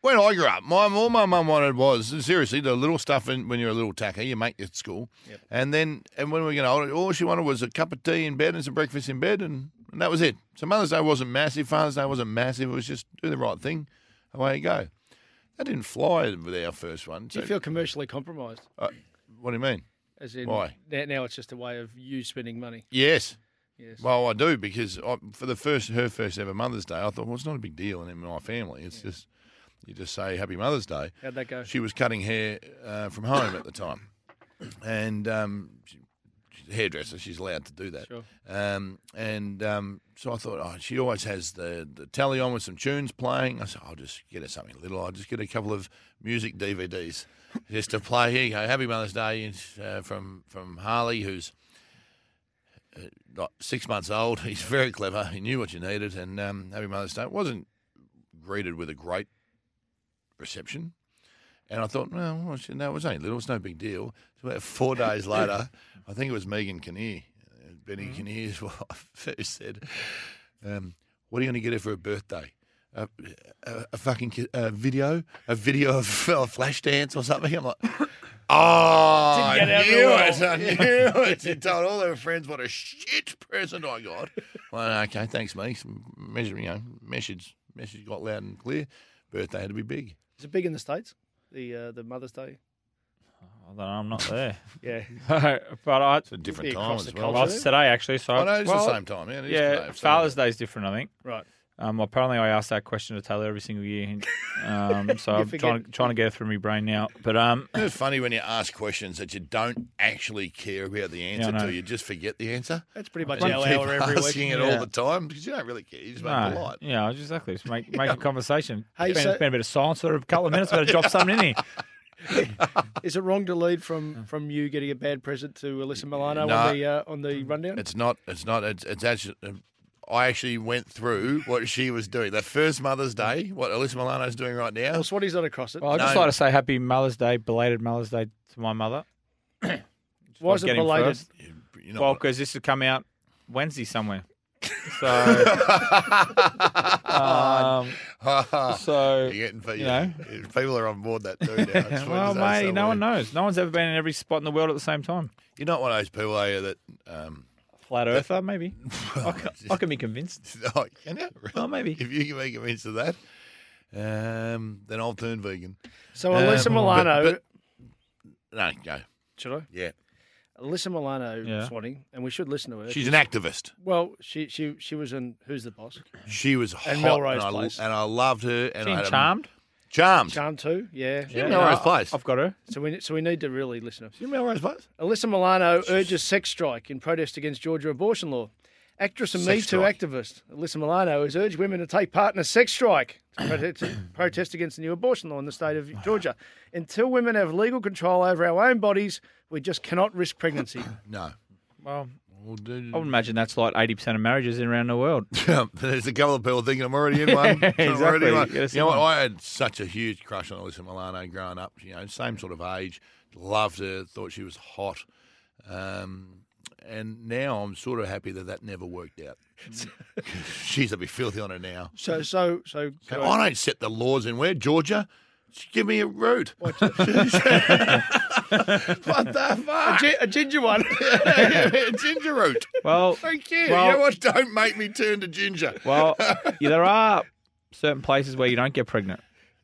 S2: when I grew up, my all my mum wanted was seriously the little stuff in, when you're a little tacker you make at school, and then and when we get older, all she wanted was a cup of tea in bed and some breakfast in bed, and, and that was it. So Mother's Day wasn't massive, Father's Day wasn't massive. It was just do the right thing, away you go. That didn't fly with our first one.
S1: Do
S2: So,
S1: you feel commercially compromised?
S2: uh, what do you mean?
S1: As in,
S2: Why?
S1: Now, now it's just a way of you spending money.
S2: Yes.
S1: Yes.
S2: Well, I do because I, for the first her first ever Mother's Day, I thought, well, it's not a big deal in my family. It's just you just say Happy Mother's Day.
S1: How'd that go?
S2: She was cutting hair uh, from home at the time, and um, she, she's a hairdresser. She's allowed to do that.
S1: Sure.
S2: Um, and um, so I thought, oh, she always has the the tally on with some tunes playing. I said, I'll just get her something little. I'll just get a couple of music DVDs just to play. Here you go, Happy Mother's Day it's, uh, from from Harley, who's like six months old. He's very clever. He knew what you needed, and um, Happy Mother's Day wasn't greeted with a great reception. And I thought, well, well, she- no, it was only little. It's no big deal. So about four days later, I think it was Megan Kinnear, uh, Benny
S1: Mm.
S2: Kinnear's wife, who said, um, "What are you going to get her for her birthday?" A, a, a fucking ki- a video, a video of uh, Flashdance or something. I'm like, Oh, I
S1: Didn't get out
S2: knew
S1: real
S2: it. I knew it. She told all her friends what a shit present I got. Well, okay, thanks, mate. Measure, you know, message, message got loud and clear. Birthday had to be big.
S1: Is it big in the states? The uh, the Mother's Day.
S2: Oh,
S3: I don't know, I'm not there.
S1: Yeah.
S3: but I,
S2: It's a different
S1: Be
S2: time
S1: across
S2: as
S1: the
S2: well.
S3: well,
S1: culture.
S3: it's today actually. So
S2: I know it's
S3: well,
S2: the same time. Yeah, it is
S3: Yeah,
S2: today, so-
S3: Father's Day's different, I think.
S1: Right.
S3: Um, apparently, I ask that question to Taylor every single year, um, so
S1: You
S3: I'm
S1: forget.
S3: trying, trying to get it through my brain now. But um,
S2: Isn't it funny when you ask questions that you don't actually care about the answer
S3: I know.
S2: to? You just forget the answer.
S1: That's pretty much
S2: You
S1: our
S2: keep
S1: hour every week.
S2: asking it
S3: Yeah.
S2: all the time because you don't really care. You just make
S3: no,
S2: polite.
S3: yeah, exactly. Just make make a conversation.
S1: Hey,
S3: been,
S1: so-
S3: been a bit of silence for a couple of minutes. Better drop something in here.
S1: Is it wrong to lead from from you getting a bad present to Alyssa Milano
S2: Nah.
S1: on the uh, on the rundown?
S2: It's not. It's not. It's, it's actually. uh, I actually went through what she was doing. That first Mother's Day, what Alyssa Milano's doing right now.
S1: well, Swatty's not across it.
S3: Well, I'd just
S2: No.
S3: like to say Happy Mother's Day, belated Mother's Day to my mother.
S1: Why is it
S3: Getting
S1: belated?
S3: first.
S2: You know
S3: Well,
S2: what?
S3: because this will come out Wednesday somewhere. So, um, so
S2: You're getting people.
S3: you know.
S2: people are on board that too. Now. It's
S3: well,
S2: Wednesday,
S3: Oh, mate,
S2: so
S3: no one
S2: we-
S3: knows. No one's ever been in every spot in the world at the same time.
S2: You're not one of those people, are you? That um,
S3: Flat Earther, maybe. I, can, I can be convinced.
S2: oh, can you?
S3: Well, maybe.
S2: if you can be convinced of that, um, then I'll turn vegan.
S1: So Alyssa
S2: Um, but-
S1: Milano,
S2: but- No, go.
S1: should I?
S2: Yeah,
S1: Alyssa Milano,
S3: Yeah.
S1: Swatty, and we should listen to her.
S2: she's an activist.
S1: well, she she she was in Who's the Boss?
S2: She was
S1: And
S2: hot,
S1: Melrose
S2: and, I,
S1: Place.
S2: and I loved her. And
S3: She
S2: I
S3: in
S2: had a-
S3: Charmed. Oh,
S2: Charmed.
S1: Charm too, yeah. Ah.
S2: in Melrose
S3: I-
S2: Place.
S3: I've got her.
S1: So we so we need to really listen.
S2: She in Melrose Place.
S1: Alyssa Milano urges sex strike in protest against Georgia abortion law. Actress and
S2: Sex
S1: Me Too
S2: strike.
S1: activist Alyssa Milano has urged women to take part in a sex strike to protest, to protest against the new abortion law in the state of Georgia. Until women have legal control over our own bodies, we just cannot risk pregnancy.
S2: No.
S3: Well,
S2: We'll do.
S3: I would imagine that's like eighty percent of marriages in around the world.
S2: There's a couple of people thinking I'm already in one. I'm already
S3: exactly.
S2: in one. You,
S3: You gotta see
S2: know what?
S3: one.
S2: I had such a huge crush on Alyssa Milano growing up. You know, same sort of age. Loved her. Thought she was hot. Um, and now I'm sort of happy that that never worked out. She's a bit filthy on her now.
S1: So, so, so.
S2: So I don't set the laws in where Georgia. Just give me a route. what the
S1: a,
S2: fuck?
S1: gi- a ginger one.
S2: ginger route.
S3: Well,
S2: Thank you.
S3: Well-
S2: you know what? Don't make me turn to ginger.
S3: well, yeah, there are certain places where you don't get pregnant.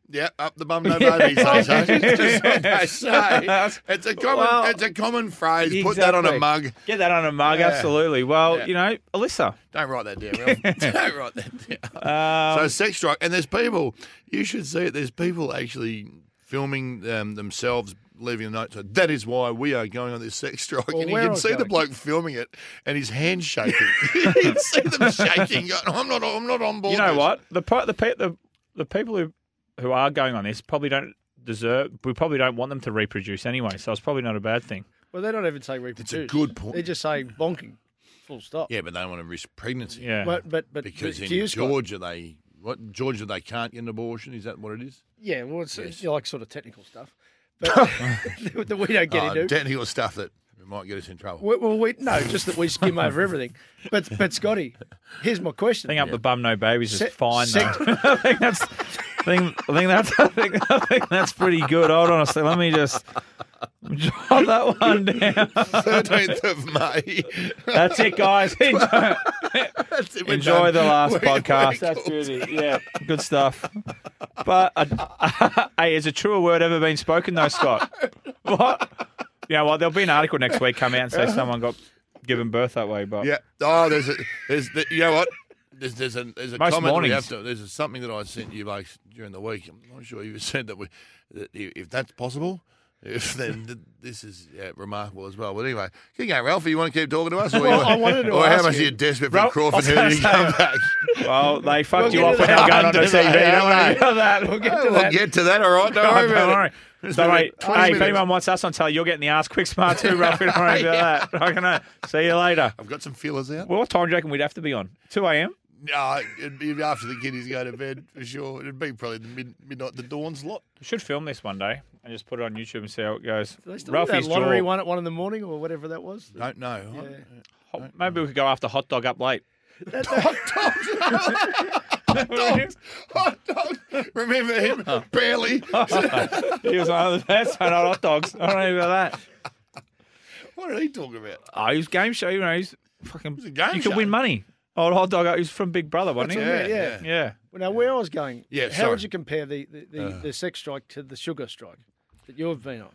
S2: Yeah, up the bum no babies. they say. It's just what they say. It's a common,
S3: Well,
S2: it's a common phrase. Put that on a
S3: Exactly.
S2: mug.
S3: Get that on a mug,
S2: Yeah.
S3: absolutely. Well,
S2: Yeah.
S3: you know, Alyssa.
S2: Don't write that down. Will. Don't write that down.
S3: Um,
S2: so sex strike, and there's people. You should see it. There's people actually filming um, themselves leaving a note. So that is why we are going on this sex strike,
S1: Well,
S2: and you
S1: where
S2: can
S1: I was
S2: see the
S1: going.
S2: bloke filming it, and his hands shaking. you can see them shaking. Going, I'm not. I'm not on board.
S3: you know
S2: with
S3: what? The pro- the pe- the the people who who are going on this probably don't deserve. We probably don't want them to reproduce anyway. So it's probably not a bad thing.
S1: well, they don't even say reproduce.
S2: good point.
S1: They're just saying bonking. Full stop.
S2: Yeah, but they don't want to risk pregnancy.
S3: Yeah.
S1: But, but, but
S2: Because
S1: to
S2: in
S1: you, Scott-
S2: Georgia they what Georgia they can't get an abortion. Is that what it is?
S1: Yeah, well, it's,
S2: Yes.
S1: you like sort of technical stuff, but that we don't get
S2: Oh,
S1: into.
S2: technical stuff that might get us in trouble.
S1: We- well, we no, just that we skim over everything. But but Scotty, here's my question.
S3: Thing up the bum, no babies is
S1: Se-
S3: fine
S1: sec-
S3: though. I think that's. I think, I think that's. I think, I think that's pretty good. Hold on a second. Let me just jot that one down.
S2: Thirteenth of May.
S3: That's it, guys. Enjoy,
S2: That's it, we're
S3: enjoy
S2: done.
S3: the last
S2: We're- we're
S3: podcast. That's
S2: cool.
S3: beauty. Yeah, good stuff. But uh, hey, is a truer word ever been spoken though, Scott? What? You know what? There'll be an article next week come out and say someone got given birth that way. But
S2: Yeah. Oh, there's a there's the, you know what. There's, there's a there's a
S3: Most
S2: comment we
S3: mornings.
S2: have to. There's a, something that I sent you like during the week. I'm not sure you said that we that i- if that's possible. If then th- this is yeah, remarkable as well. But anyway, keep going, Ralph. You want to keep talking to us, or, you
S1: Well,
S2: want-
S1: I wanted to
S2: or how
S1: ask
S2: much
S1: you-
S2: are you desperate for
S3: Ralph,
S2: Crawford
S3: I was gonna
S2: Heard to come
S3: say-
S2: back?
S3: well, they fucked
S1: We'll
S3: you
S1: get
S3: off
S1: to
S3: with
S1: that.
S3: our gun to
S2: Don't
S3: TV.
S2: worry.
S3: Don't worry. That-
S1: We'll get
S2: Oh,
S1: to
S2: we'll
S1: that.
S2: get to that. All right, don't
S3: Don't
S2: worry about
S3: worry.
S2: it. It's
S3: Don't
S2: been
S3: worry.
S2: 20
S3: Hey, if
S2: minutes.
S3: anyone wants us on telly, you're getting the ass quick smart too, Ralph. Don't worry about that. I can know. See you later.
S2: I've got some feelers out.
S3: Well, what time do you reckon we'd have to be on? 2 a.m.?
S2: No, it'd be after the kiddies go to bed for sure. It'd be probably the mid, midnight, the dawn slot.
S3: We should film this one day and just put it on YouTube and see how it goes.
S1: Do they still do that
S3: Ralphie's
S1: lottery
S3: jaw.
S1: one at one in the morning or whatever that was.
S2: Don't know.
S3: Ho- Maybe we could go after hot dog up late.
S2: Hot dogs. Hot dogs. Remember him? Barely.
S3: he was one of the best on hot dogs. I don't know about that.
S2: What are they talking about?
S3: Oh, he was game show. You know, he's fucking.
S2: a game
S3: you could
S2: show.
S3: win money. Oh, hot dog. He's from Big Brother, wasn't he?
S1: Yeah, yeah.
S2: yeah.
S3: Yeah.
S1: Well, now where I was going.
S2: Yeah,
S1: How would
S2: sorry. Uh.
S1: you compare the the, the, the sex strike to the sugar strike that you've been on?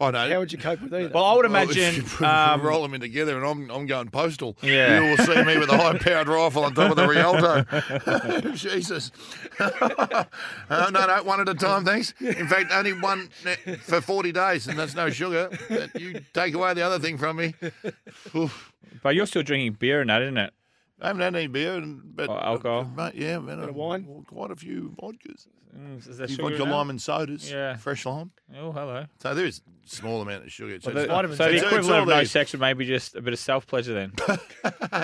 S2: I know.
S1: How would you cope with either?
S3: Well, I would
S2: Well, if
S3: imagine.
S2: you
S3: um,
S2: roll them in together, and I'm I'm going postal.
S3: Yeah.
S2: you will see me with a high-powered rifle on top of the Rialto. Jesus. oh, no, no, one at a time, thanks. In fact, only one ne- for forty days, and that's no sugar. But You take away the other thing from me. Oof.
S3: but you're still drinking beer and that, isn't it?
S2: I haven't had any beer, and, but
S3: Or alcohol.
S2: Mate, yeah, man, I've
S1: wine?
S2: bought Quite a few vodkas,
S3: Mm, is there
S2: few
S3: sugar in
S2: vodka,
S3: that?
S2: lime, and sodas.
S3: Yeah.
S2: fresh lime.
S3: Oh, hello.
S2: So there is small amount of sugar. So,
S3: So the,
S2: it's not-
S1: vitamins
S3: so the
S1: in
S2: it's- it's
S3: equivalent of
S2: all
S3: no
S2: these-
S3: sex would maybe just a bit of self pleasure then.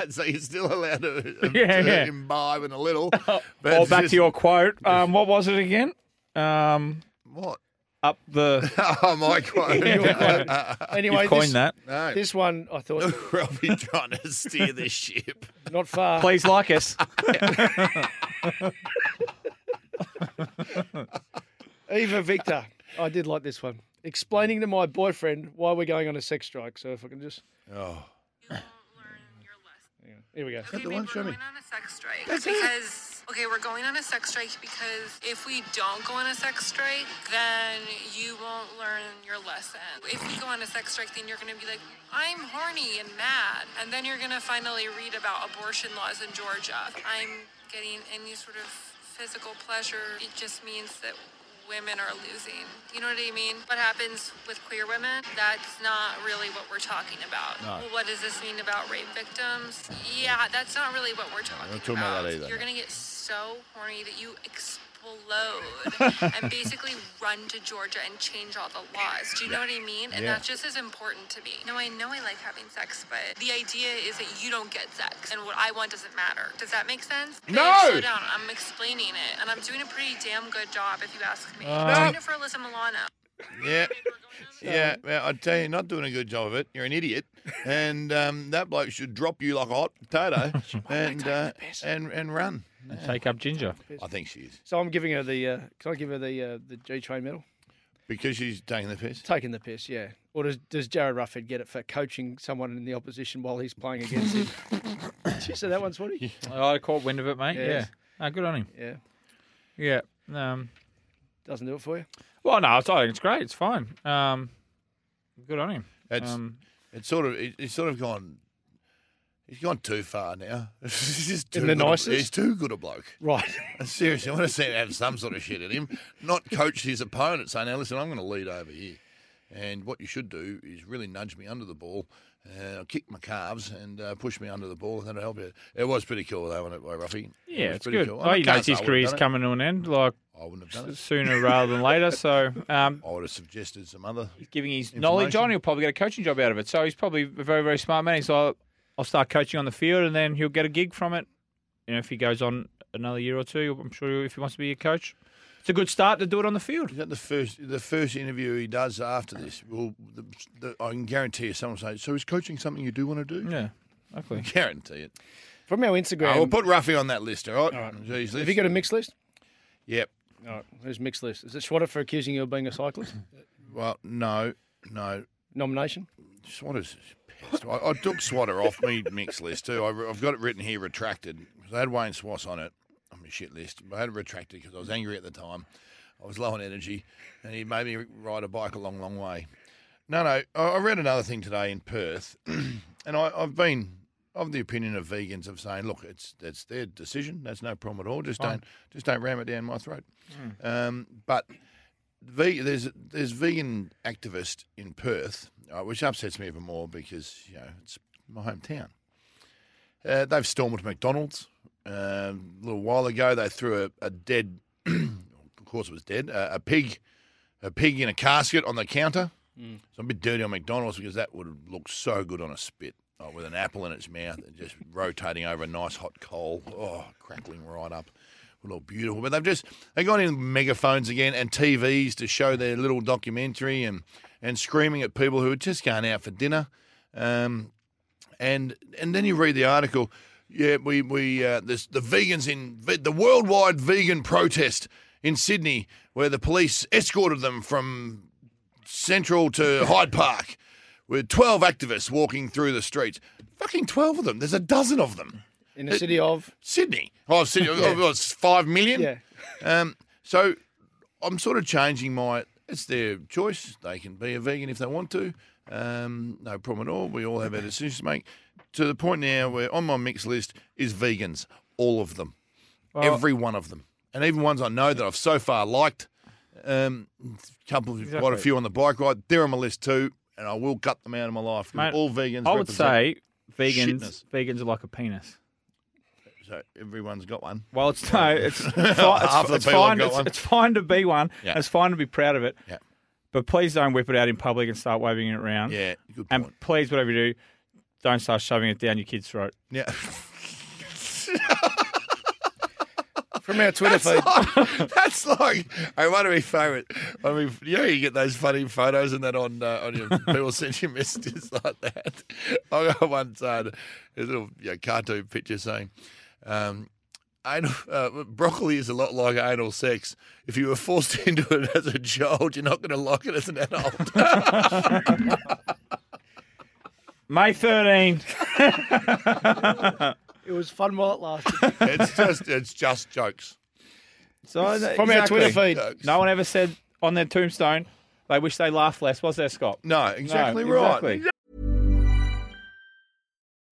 S2: so you're still allowed to, um,
S3: Yeah,
S2: to
S3: yeah.
S2: imbibe in a little.
S3: or
S2: it's
S3: back
S2: just-
S3: to your quote. Um, what was it again? Um,
S2: What?
S3: up the.
S2: Oh, my quote.
S1: anyway,
S3: You coined
S1: this,
S3: that.
S2: No.
S1: This one I thought
S2: Robbie trying to steer this ship.
S1: not far.
S3: Please like us.
S1: Eva Victor. I did like this one. Explaining to my boyfriend why we're going on a sex strike. So if I can just.
S2: Oh.
S1: Here we go.
S2: The one, show
S4: going
S2: me.
S4: on a sex strike because okay, we're going on a sex strike because if we don't go on a sex strike, then you won't learn your lesson. If we go on a sex strike, then you're going to be like, I'm horny and mad, and then you're going to finally read about abortion laws in Georgia. I'm getting any sort of physical pleasure. It just means that women are losing. You know what I mean? What happens with queer women? That's not really what we're talking about. Well, what does this mean about rape victims? Yeah, that's not really what we're talking,
S2: Oh, not talking about that either.
S4: You're gonna get so horny that you explode will load and basically run to Georgia and change all the laws. Do you know what I mean? And
S2: Yeah.
S4: that's just as important to me. Now, I know I like having sex, but the idea is that you don't get sex, and what I want doesn't matter. Does that make sense? Babe,
S2: No!
S4: slow down. I'm explaining it, and I'm doing a pretty damn good job, if you ask me.
S3: Um,
S2: No.
S4: I'm doing it for Alyssa Milano.
S2: Yeah. Yeah, well, I tell you, you're not doing a good job of it. You're an idiot, and um, that bloke should drop you like a hot potato and uh, and and run.
S3: Take up Ginger.
S2: I think she is
S1: So I'm giving her the. Uh, can I give her the uh, the G Train medal?
S2: because she's taking the piss.
S1: Taking the piss, yeah. Or does, does Jared Rufford get it for coaching someone in the opposition while he's playing against him? Did you see that one, Swatty?
S3: I caught wind of it, mate.
S1: Yes.
S3: Yeah. Oh, good on him.
S1: Yeah.
S3: Yeah. Um,
S1: Doesn't do it for you.
S3: well, no, I think it's great. It's fine. Um, good on him.
S2: It's
S3: Um,
S2: it's sort of it, it's sort of gone. He's gone too far now. He's just too
S1: the
S2: good a-
S1: nicest?
S2: he's too good a bloke.
S1: Right.
S2: Seriously, I want to see him have some sort of shit at him, not coach his opponent. Say, now listen, I'm going to lead over here, and what you should do is really nudge me under the ball, uh, kick my calves, and uh, push me under the ball, and that'll help you. It was pretty cool though, wasn't it, by Ruffy? It
S3: yeah,
S2: was
S3: it's
S2: pretty
S3: good.
S2: cool.
S3: Well,
S2: I
S3: he
S2: can't
S3: knows
S2: say
S3: his
S2: I would've
S3: career's
S2: done it.
S3: coming to an end, like
S2: I wouldn't have done it.
S3: sooner rather than later. So, um,
S2: I would have suggested some other.
S3: giving his knowledge
S2: Information.
S3: on, he'll probably get a coaching job out of it. So he's probably a very, very smart man. He's like, I'll start coaching on the field, and then he'll get a gig from it. You know, if he goes on another year or two, I'm sure if he wants to be a coach, it's a good start to do it on the field.
S2: Is that the first the first interview he does after this? Well, the, the, I can guarantee you, someone will say, "So is coaching something you do want to do?"
S3: Yeah, exactly.
S2: Guarantee it.
S1: From our
S2: I
S1: Instagram.
S2: will put Ruffy on that list. All right. Jeez,
S1: have
S2: list.
S1: you got a mixed list?
S2: Yep.
S1: All right. Who's mixed list? Is it Swatter for accusing you of being a cyclist?
S2: Well, no, no.
S1: Nomination?
S2: Swatter's pissed. I, I took Swatter off me mix list too. I, have got it written here retracted. 'Cause I had Wayne Swass on it on my shit list. But I had it retracted because I was angry at the time. I was low on energy, and he made me ride a bike a long, long way. No, no. I, I read another thing today in Perth, and I, I've been of the opinion of vegans of saying, look, it's that's their decision. That's no problem at all. Just don't just don't ram it down my throat. Um, but ve- there's there's vegan activist in Perth, uh, which upsets me even more because you know it's my hometown. Uh, they've stormed McDonald's um, a little while ago. They threw a, a dead, of course it was dead, a, a pig, a pig in a casket on the counter. So I'm a bit dirty on McDonald's because that would have looked so good on a spit. Oh, with an apple in its mouth and just rotating over a nice hot coal. Oh, crackling right up. Would look beautiful. But they've just they got in megaphones again and TVs to show their little documentary and and screaming at people who are just going out for dinner. Um, and and then you read the article. Yeah, we we uh, this, the vegans in the worldwide vegan protest in Sydney, where the police escorted them from Central to Hyde Park with 12 activists walking through the streets. Fucking 12 of them. There's a dozen of them.
S1: In the city of?
S2: Sydney. Oh, Sydney. oh, oh, it's 5 million.
S1: Yeah.
S2: Um, so I'm sort of changing my. It's their choice. They can be a vegan if they want to. Um, no problem at all. We all have our decisions to make. To the point now where on my mixed list is vegans, all of them,
S3: Oh.
S2: every one of them, and even ones I know that I've so far liked. Um, couple of, quite a
S3: Exactly.
S2: few on the bike ride. They're on my list too, and I will gut them out of my life. 'cause
S3: Mate,
S2: all vegans.
S3: I would
S2: represent-
S3: say vegans
S2: shitness.
S3: vegans are like a penis.
S2: so everyone's got one.
S3: Well, it's no, it's, fi-
S2: Half
S3: it's,
S2: the
S3: it's
S2: people have
S3: fine.
S2: got
S3: It's,
S2: one.
S3: it's fine to be one.
S2: Yeah.
S3: and It's fine to be proud of it.
S2: Yeah.
S3: But please don't whip it out in public and start waving it around.
S2: Yeah, good point.
S3: And please, whatever you do, don't start shoving it down your kid's throat.
S2: yeah.
S1: From our Twitter feed.
S2: That's like hey, one of my favourite. I mean, you know, you get those funny photos and that on uh, on your people send you messages like that. I got one uh, a little you know, cartoon picture saying, um, anal, uh, "Broccoli is a lot like anal sex. If you were forced into it as a child, you're not going to like it as an adult."
S3: May 13.
S1: It was fun while it lasted.
S2: it's just it's just jokes.
S3: So
S1: From our Twitter feed.
S2: Jokes.
S3: No one ever said on their tombstone they wish they laughed less, was there, Scott?
S2: No, exactly right.
S3: exactly.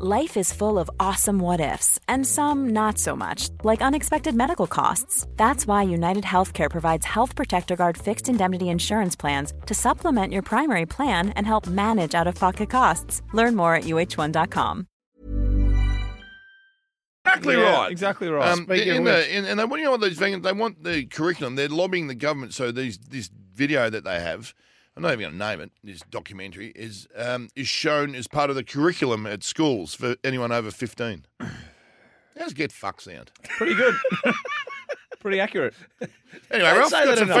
S5: Life is full of awesome what ifs, and some not so much, like unexpected medical costs. That's why United Healthcare provides Health Protector Guard fixed indemnity insurance plans to supplement your primary plan and help manage out of pocket costs. Learn more at uh1.com.
S2: Exactly
S3: Yeah,
S2: right.
S3: exactly right.
S2: Um,
S1: Speaking of
S2: in the, in, and they, you know what these vegans, they want the curriculum. They're lobbying the government. So these this video that they have, I'm not even going to name it. This documentary is um, is shown as part of the curriculum at schools for anyone over 15. How does get fuck sound?
S3: Pretty good. Pretty accurate.
S2: Anyway, Ralph,
S1: say
S2: got
S1: that
S2: some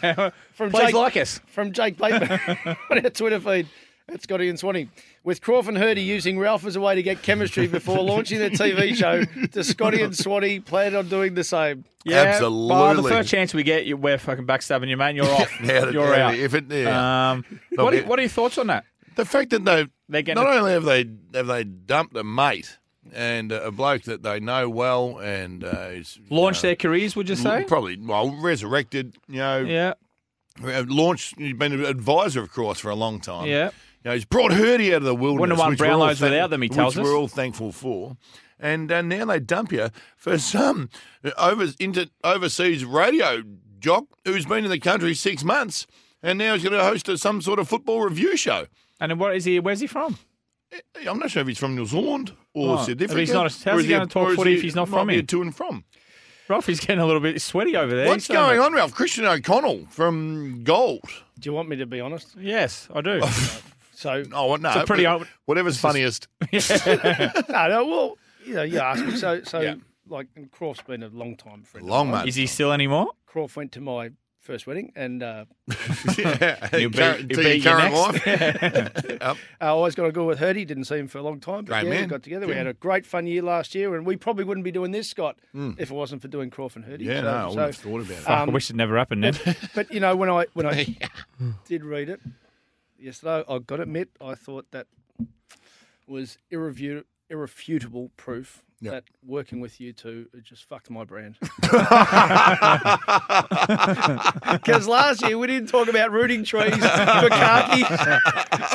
S2: feedback.
S1: From
S3: Please
S1: Jake,
S3: like us.
S1: from Jake Bateman on our Twitter feed. It's Scotty and Swanee. With Crawford and Hurdy using Ralph as a way to get chemistry before launching their TV show, does Scotty and Swanee plan on doing the same?
S3: By the
S2: Absolutely.
S3: first chance we get, you, we're fucking backstabbing you, man. You're off.
S2: Yeah,
S3: You're
S2: yeah,
S3: out.
S2: if it- yeah.
S3: um,
S2: But
S3: what, are,
S2: we-
S3: what are your thoughts on that?
S2: The fact that they
S3: They're
S2: not
S3: getting a-
S2: only have they have they dumped a mate and a bloke that they know well and uh, is you
S3: Launch
S2: know,
S3: their careers, would you say?
S2: probably well resurrected. You know,
S3: Yeah.
S2: Uh, launched, he's been an advisor of Cross for a long time.
S3: Yeah.
S2: You know, he's brought Hurdy out of the wilderness.
S3: Wouldn't have won
S2: which we're all
S3: Brownlows without them, he tells
S2: which
S3: us.
S2: we're all thankful for. And uh, now they dump you for some uh, over, inter, overseas radio jock who's been in the country six months and now he's going to host a, some sort of football review show.
S3: And then what is he? Where's he from?
S2: I'm not sure if he's from New Zealand or
S3: Right.
S2: South
S3: Oh, If
S2: Africa.
S3: he's not a- how's
S2: or
S3: he
S2: is
S3: gonna
S2: a-
S3: talk
S2: or is
S3: footy if
S2: he-
S3: he's not
S2: might
S3: from
S2: be a
S3: here?
S2: To and from.
S3: Ralph, he's getting a little bit sweaty over there.
S2: What's going on, Ralph? Christian O'Connell from Gold.
S1: Do you want me to be honest?
S3: Yes, I do.
S1: So,
S2: Oh, well, no.
S3: It's a pretty
S2: but-
S3: old-
S2: Whatever's funniest.
S1: no, no, well, you know, you asked me. So, so
S2: Yeah.
S1: like, and Crawford's been a long time friend.
S2: Long, mate.
S3: is he still anymore?
S1: Crawford went to my first wedding, and uh,
S2: yeah.
S3: You'll be-
S2: Current- to
S3: you'll be
S2: your
S3: your
S2: current
S3: next.
S2: wife. Yep.
S1: I always got to go with Hurdy. Didn't see him for a long time, but
S2: Great
S1: yeah, we
S2: man.
S1: got together. We had a great fun year last year, and we probably wouldn't be doing this, Scott, if it wasn't for doing Crawford and Hurdy.
S2: Mm. Yeah,
S1: So-
S2: no, I wouldn't
S1: so-
S2: have thought about it.
S3: Fuck, I wish it never happened then.
S1: But you know, when I when I did read it yesterday, I got to admit, I thought that was irrefu- irrefutable proof
S2: Yeah.
S1: that working with you two it just fucked my brand. Because last year we didn't talk about rooting trees, Bukaki.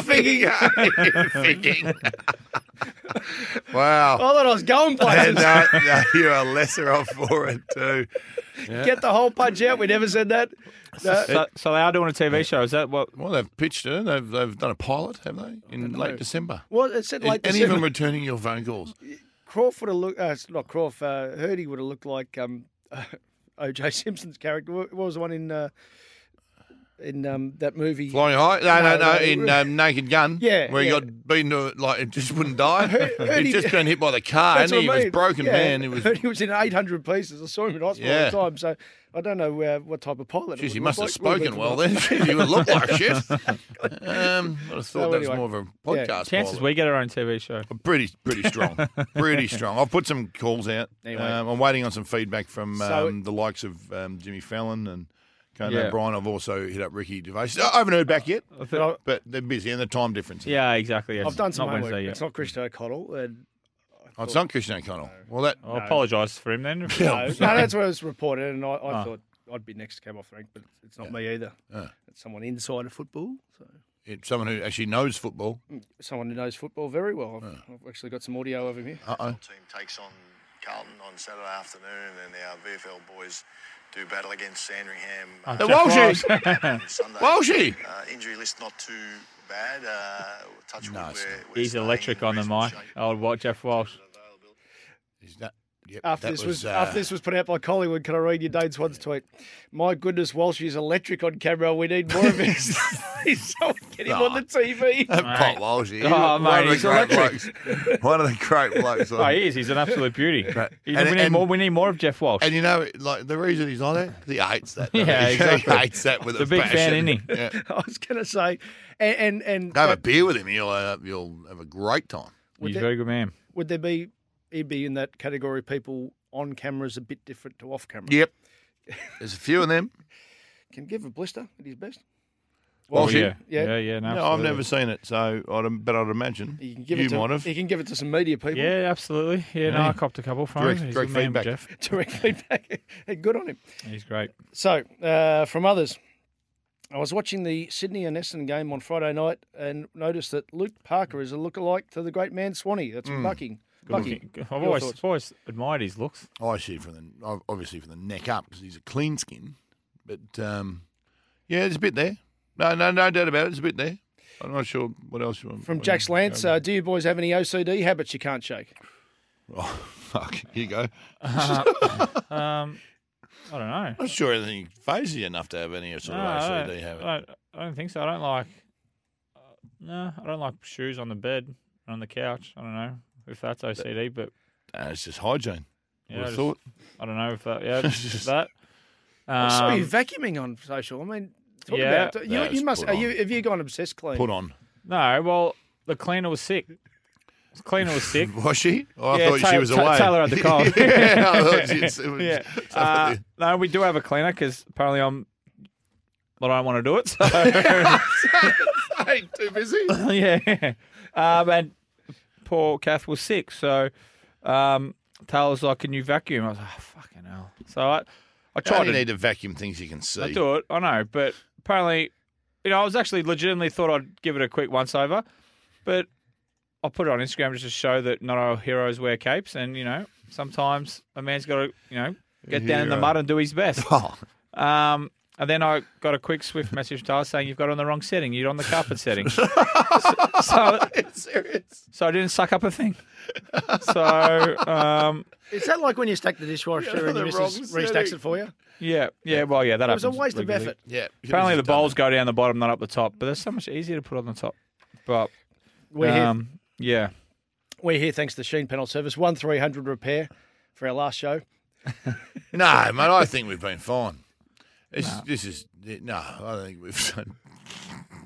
S2: Thinking, thinking. wow.
S1: I thought I was going places.
S2: And uh, no, you are lesser off for it too.
S1: Get the whole punch out. We never said that. No.
S3: so, so they are doing a TV show. Is that what?
S2: Well, they've pitched it. They've they've done a pilot, have they? In late December.
S1: Well, it said
S2: Is
S1: like
S2: any
S1: December.
S2: of them returning your phone calls?
S1: Croft would have looked. Uh, it's not Croft. Uh, Hurdy would have looked like um, O.J. Simpson's character. What what was the one in uh, in um, that movie?
S2: Flying high? No,
S1: No,
S2: no, no.
S1: no.
S2: In um, Naked Gun.
S1: Yeah,
S2: Where he
S1: yeah.
S2: got beaten to like it just wouldn't die. He'd
S1: Ernie-
S2: just been hit by the car,
S1: That's
S2: and he
S1: what I
S2: was
S1: mean.
S2: broken
S1: Yeah,
S2: man. He was.
S1: Hurdy was in eight hundred pieces. I saw him in hospital
S2: Yeah.
S1: all the time. So I don't know uh, what type of pilot. it
S2: Jeez,
S1: would
S2: you
S1: look
S2: must have
S1: like. Would
S2: spoken
S1: been
S2: well
S1: from-
S2: then. you would look like shit. Um, I'd have thought
S1: So
S2: that
S1: anyway,
S2: was more of a
S1: yeah.
S2: podcast.
S3: Chances
S2: pilot.
S3: we get our own TV show.
S2: pretty pretty strong, pretty strong. I've put some calls out.
S1: Anyway.
S2: Um, I'm waiting on some feedback from um,
S1: So-
S2: the likes of um, Jimmy Fallon and Conan
S3: Yeah.
S2: O'Brien. I've also hit up Ricky Gervais. I haven't heard back yet,
S1: But I-
S2: but they're busy and the time difference.
S3: Yeah, exactly. Yes.
S1: I've done some
S3: Not
S1: homework.
S3: Wednesday
S1: It's
S3: yet.
S1: not Christo O'Connell. And,
S2: Oh, it's not Christian O'Connell. Well, that
S1: Oh,
S3: I apologise for him then.
S1: no, no, that's what it was reported, and I,
S2: Ah.
S1: I thought I'd be next to come off the rank, but it's not me either. It's someone inside of football. So.
S2: it's someone who actually knows football.
S1: someone who knows football very well. I've,
S2: Ah.
S1: I've actually got some audio of him here.
S2: Uh
S6: team takes on Carlton on Saturday afternoon, and our VFL boys do battle against Sandringham
S2: oh,
S6: uh,
S2: the Walshies.
S6: on Sunday.
S2: Walshy.
S6: Uh, injury list not too bad. Uh, touch
S2: No,
S6: wood,
S2: it's
S6: we're-
S2: not.
S6: we're
S3: He's
S6: staying
S3: electric
S6: in
S3: on the
S6: reasonable
S3: mic.
S6: shape.
S3: Old what Jeff Walsh.
S2: Is that- yep,
S1: After
S2: that
S1: this was,
S2: uh,
S1: after this was put out by Collingwood, can I read you Dane Swan's tweet? My goodness, Walsh is electric on camera. We need more of him. He's so get him on the
S2: Ah.
S1: TV.
S2: Pot Walshy.
S3: Oh,
S2: One of
S3: mate,
S2: the
S3: he's
S2: great blokes. One of the great blokes.
S3: Oh, he is. He's an absolute beauty. He's-
S2: And-
S3: we need
S2: and-
S3: more. We need more of Jeff Walsh.
S2: And you know, like the reason he's on it, 'cause he hates that. doesn't
S3: Yeah,
S2: he?
S3: exactly.
S2: he hates that with
S3: He's
S2: a
S3: a big fan,
S2: passion.
S3: isn't he?
S2: Yeah.
S1: I was going to say, and and, and
S2: Go have a beer with him. You'll uh, you'll have a great time.
S3: He's
S1: that-
S3: a very good man.
S1: would there be he'd be in that category? People on camera is a bit different to off camera.
S2: Yep. There's a few of them.
S1: Can give a blister at his best.
S3: Oh,
S2: Walsh,
S3: yeah.
S1: yeah.
S3: yeah, yeah. No,
S2: No, I've
S3: absolutely.
S2: never seen it, so I'd, but I'd imagine
S1: You can give
S2: you
S1: it to
S2: might have.
S1: you can give it to some media people.
S3: Yeah, absolutely. Yeah, no, I copped a couple from
S2: Direct-
S3: him. He's
S2: direct
S3: a man,
S2: feedback.
S3: Jeff.
S1: Direct feedback. Good on him.
S3: He's great.
S1: So, uh, from others, I was watching the Sydney and Essendon game on Friday night and noticed that Luke Parker is a lookalike to the great man Swanee. That's
S2: Hmm.
S1: Bucking. Bucky.
S3: I've
S1: your
S3: always,
S1: thoughts?
S3: always admired his looks.
S2: Oh, I see from the ob- obviously from the neck up because he's a clean skin, but um, yeah, there's a bit there. No, no, no doubt about it. There's a bit there. I'm not sure what else. you want-
S1: From
S2: what
S1: Jack's
S2: else-
S1: Lance, uh, do you boys have any OCD habits you can't shake?
S2: Oh, fuck. Here you go.
S3: Um, I don't know.
S2: I'm not sure anything phases you enough to have any sort
S3: No,
S2: of
S3: I
S2: OCD
S3: don't-
S2: habit.
S3: I don't, I don't think so. I don't like. uh, no, I don't like shoes on the bed, on the couch. I don't know if that's OCD, but
S2: No, Uh, it's just hygiene.
S3: yeah,
S2: Would've
S3: I just-
S2: thought.
S3: I don't know if that. Yeah, just
S2: Just-
S3: that.
S1: I saw you
S3: Um,
S1: vacuuming on social. I mean, talk
S3: Yeah.
S1: about you.
S2: That
S1: You
S2: was
S1: must.
S2: put
S1: Are
S2: on.
S1: you have you gone obsessed clean?
S2: Put on.
S3: no, well, the cleaner was sick. The cleaner was sick.
S2: Was she? Oh, I
S3: Yeah,
S2: thought she
S3: Taylor-
S2: was
S3: Ta-
S2: away.
S3: Taylor had the cold.
S2: yeah, I thought she- it was-
S3: yeah.
S2: so-
S3: Uh, no, we do have a cleaner because apparently I'm. But I don't want to do it. So
S2: Hey, too busy.
S3: yeah. Um, and poor Kath was sick, so um, Taylor's like, "Can you vacuum?" I was like, oh, "Fucking hell!" So I, I
S2: Try
S3: tried
S2: to
S3: to
S2: need to vacuum things you can see.
S3: I do it. I know, but apparently, you know, I was actually legitimately thought I'd give it a quick once over, but I put it on Instagram just to show that not all heroes wear capes, and you know, sometimes a man's got to, you know, get down in the
S2: Hero.
S3: mud and do his best.
S2: Oh,
S3: Um, and then I got a quick swift message to Tyler saying you've got it on the wrong setting. You're on the carpet setting. so, so,
S2: serious.
S3: so I didn't suck up a thing. So um,
S1: Is that like when you stack the dishwasher
S2: You're on
S1: and your
S2: the wrong
S1: missus restacks
S2: setting.
S1: it for you?
S3: yeah, yeah, well, yeah, that
S1: It was a
S3: happens
S1: waste of
S3: regularly.
S1: effort.
S2: Yeah.
S3: Apparently the bowls go down the bottom, not up the top. But they're so much easier to put on the top. But
S1: We're here.
S3: um, yeah,
S1: We're here thanks to Sheen Panel Service one three hundred repair for our last show.
S2: No, mate. I think we've been fine. This, this is no. I don't think we've. Done,